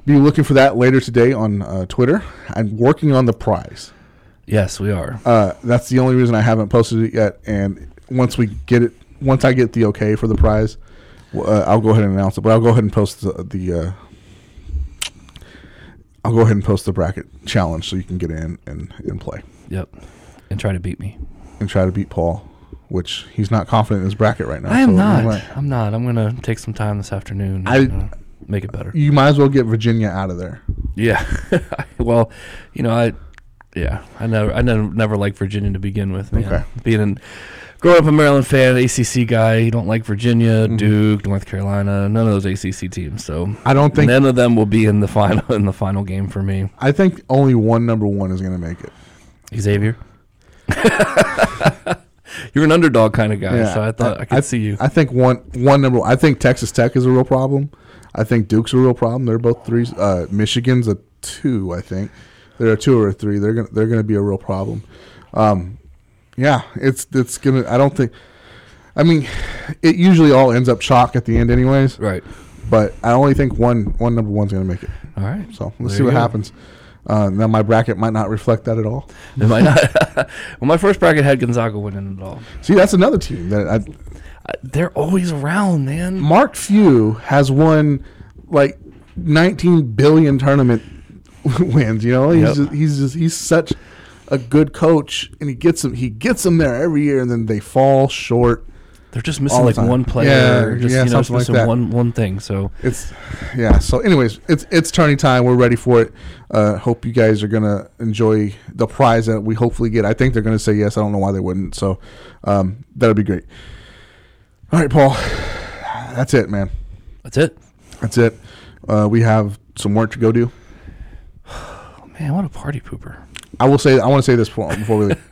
Speaker 1: be looking for that later today on uh, Twitter. I'm working on the prize.
Speaker 5: Yes, we are.
Speaker 1: Uh, that's the only reason I haven't posted it yet. And once we get it, once I get the okay for the prize, w- uh, I'll go ahead and announce it. But I'll go ahead and post the. the uh, I'll go ahead and post the bracket challenge so you can get in and, and play
Speaker 5: Yep. And try to beat me.
Speaker 1: and try to beat Paul, which he's not confident in his bracket right now.
Speaker 5: I am
Speaker 1: so
Speaker 5: not.
Speaker 1: anyway.
Speaker 5: I'm not. I'm going to take some time this afternoon.
Speaker 1: I-
Speaker 5: and, uh, make it better.
Speaker 1: you might as well get Virginia out of there.
Speaker 5: Yeah. well, you know, I yeah, I never I never never liked Virginia to begin with. Man.
Speaker 1: Okay.
Speaker 5: Being an growing up a Maryland fan, ACC guy, you don't like Virginia, Duke, North Carolina, none of those ACC teams. So
Speaker 1: Mm-hmm. I don't think.
Speaker 5: none of them will be in the final in the final game for me.
Speaker 1: I think only one number one is going to make it.
Speaker 5: Xavier. You're an underdog kind of guy,
Speaker 1: Yeah,
Speaker 5: so I thought I, could see you.
Speaker 1: I think one one number. I think Texas Tech is a real problem. I think Duke's a real problem. They're both threes. Uh, Michigan's a two. I think they're a two or a three. They're gonna they're gonna be a real problem. Um, yeah, it's it's gonna. I don't think. I mean, it usually all ends up chalk at the end, anyways.
Speaker 5: right.
Speaker 1: But I only think one one number one's going to make it.
Speaker 5: All right.
Speaker 1: So let's
Speaker 5: There
Speaker 1: see
Speaker 5: you
Speaker 1: what
Speaker 5: go.
Speaker 1: happens. Uh, now my bracket might not reflect that at all.
Speaker 5: It might not. well, my first bracket had Gonzaga winning it all.
Speaker 1: See, that's another team that I,
Speaker 5: I, they're always around, man.
Speaker 1: Mark Few has won like 19 billion tournament wins. You know, he's
Speaker 5: Yep.
Speaker 1: just, he's just he's such a good coach, and he gets them he gets them there every year, and then they fall short.
Speaker 5: They're just missing
Speaker 1: all the
Speaker 5: like
Speaker 1: time.
Speaker 5: one player.
Speaker 1: Yeah,
Speaker 5: or just,
Speaker 1: yeah,
Speaker 5: you know, just
Speaker 1: something like
Speaker 5: missing
Speaker 1: that.
Speaker 5: one one thing. So
Speaker 1: It's yeah. So, anyways, it's it's turning time. We're ready for it. Uh, hope you guys are gonna enjoy the prize that we hopefully get. I think they're gonna say yes. I don't know why they wouldn't. So, um, that'll be great. All right, Paul. That's it, man.
Speaker 5: that's it.
Speaker 1: That's it. Uh, we have some work to go do.
Speaker 5: Man, what a party pooper.
Speaker 1: I will say I want to say this before, before we leave.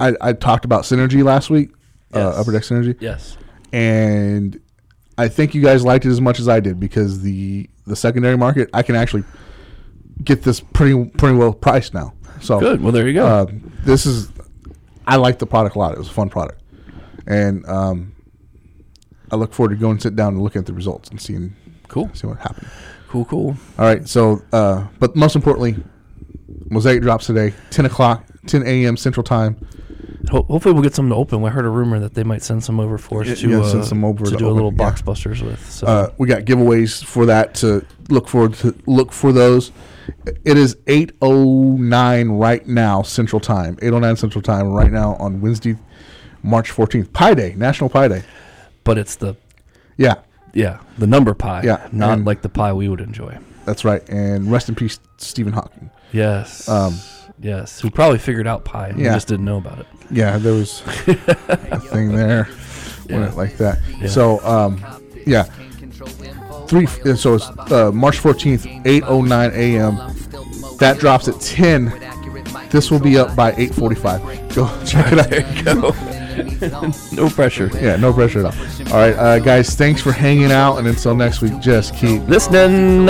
Speaker 1: I, I talked about synergy last week,
Speaker 5: Yes.
Speaker 1: uh, Upper Deck Synergy,
Speaker 5: Yes.
Speaker 1: and I think you guys liked it as much as I did because the the secondary market I can actually get this pretty pretty well priced now. So
Speaker 5: Good. Well, there you go.
Speaker 1: Uh, this is I like the product a lot. It was a fun product, and um, I look forward to going and sit down and looking at the results and seeing
Speaker 5: Cool.
Speaker 1: see what happened.
Speaker 5: Cool. Cool.
Speaker 1: All right. So, uh, but most importantly, Mosaic drops today, 10 o'clock, 10 a.m. Central Time.
Speaker 5: Ho- hopefully, we'll get some to open. I heard a rumor that they might send some over for us
Speaker 1: Yeah,
Speaker 5: to
Speaker 1: yeah,
Speaker 5: uh,
Speaker 1: send some over
Speaker 5: to,
Speaker 1: to
Speaker 5: do a
Speaker 1: open,
Speaker 5: little
Speaker 1: yeah.
Speaker 5: box busters with. So
Speaker 1: Uh, we got giveaways for that to look forward to look for those. It is 8:09 right now Central Time. 8:09 Central Time right now on Wednesday, March 14th, Pi Day, National Pi Day.
Speaker 5: but it's the
Speaker 1: Yeah,
Speaker 5: yeah the number pie.
Speaker 1: Yeah,
Speaker 5: Not
Speaker 1: and-
Speaker 5: like the pie we would enjoy.
Speaker 1: that's right. And rest in peace, Stephen Hawking.
Speaker 5: Yes.
Speaker 1: Um,
Speaker 5: yes. Who probably figured out pie? and
Speaker 1: Yeah.
Speaker 5: Just didn't know about it.
Speaker 1: Yeah, there was a thing there, went it like that. So, um, yeah, three. uh, So it's uh, March fourteenth, eight oh nine a.m. That drops at ten. This will be up by eight forty-five. Go check it out.
Speaker 5: No pressure.
Speaker 1: Yeah, no pressure at all. All right, uh, guys, thanks for hanging out, and until next week, just keep
Speaker 5: Listening.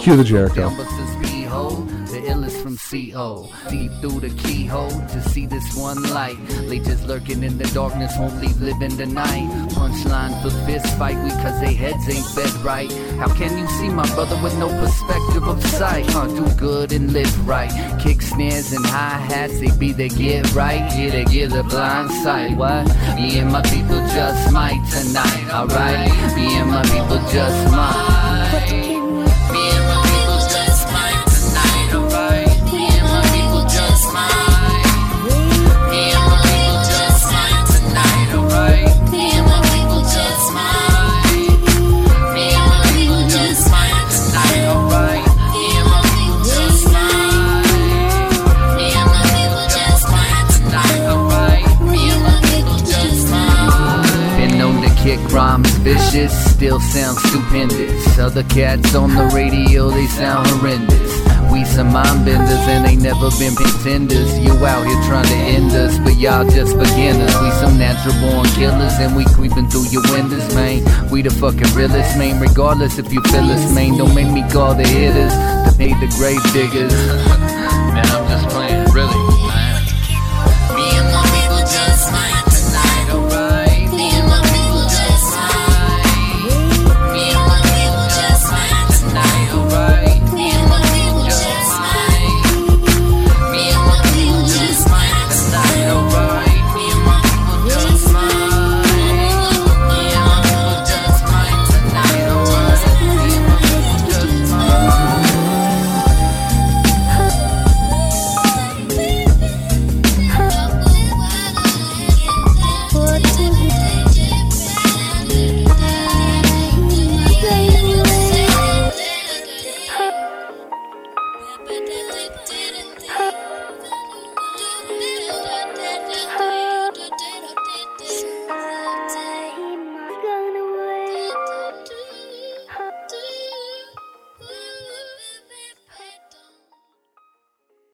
Speaker 1: cue the Jericho.
Speaker 10: The illest from CO. Deep through the keyhole to see this one light. Leeches lurking in the darkness, won't leave living tonight. Punchline for fist fight, we cause they heads ain't fed right. How can you see my brother with no perspective of sight? Huh, do good and live right. Kick snares and hi hats, they be the get right. Yeah, they give the blind sight. What? Me and my people just might tonight, alright? Me and my people just might. Me and my people kick rhymes vicious, still sound stupendous. Other cats on the radio, they sound horrendous. We some mind benders and they never been pretenders. You out here trying to end us, but y'all just beginners. We some natural born killers and we creeping through your windows, man. We the fucking realest, man. Regardless if you feel us, man. Don't make me call the hitters to pay the grave diggers. Man, I'm just playing, really.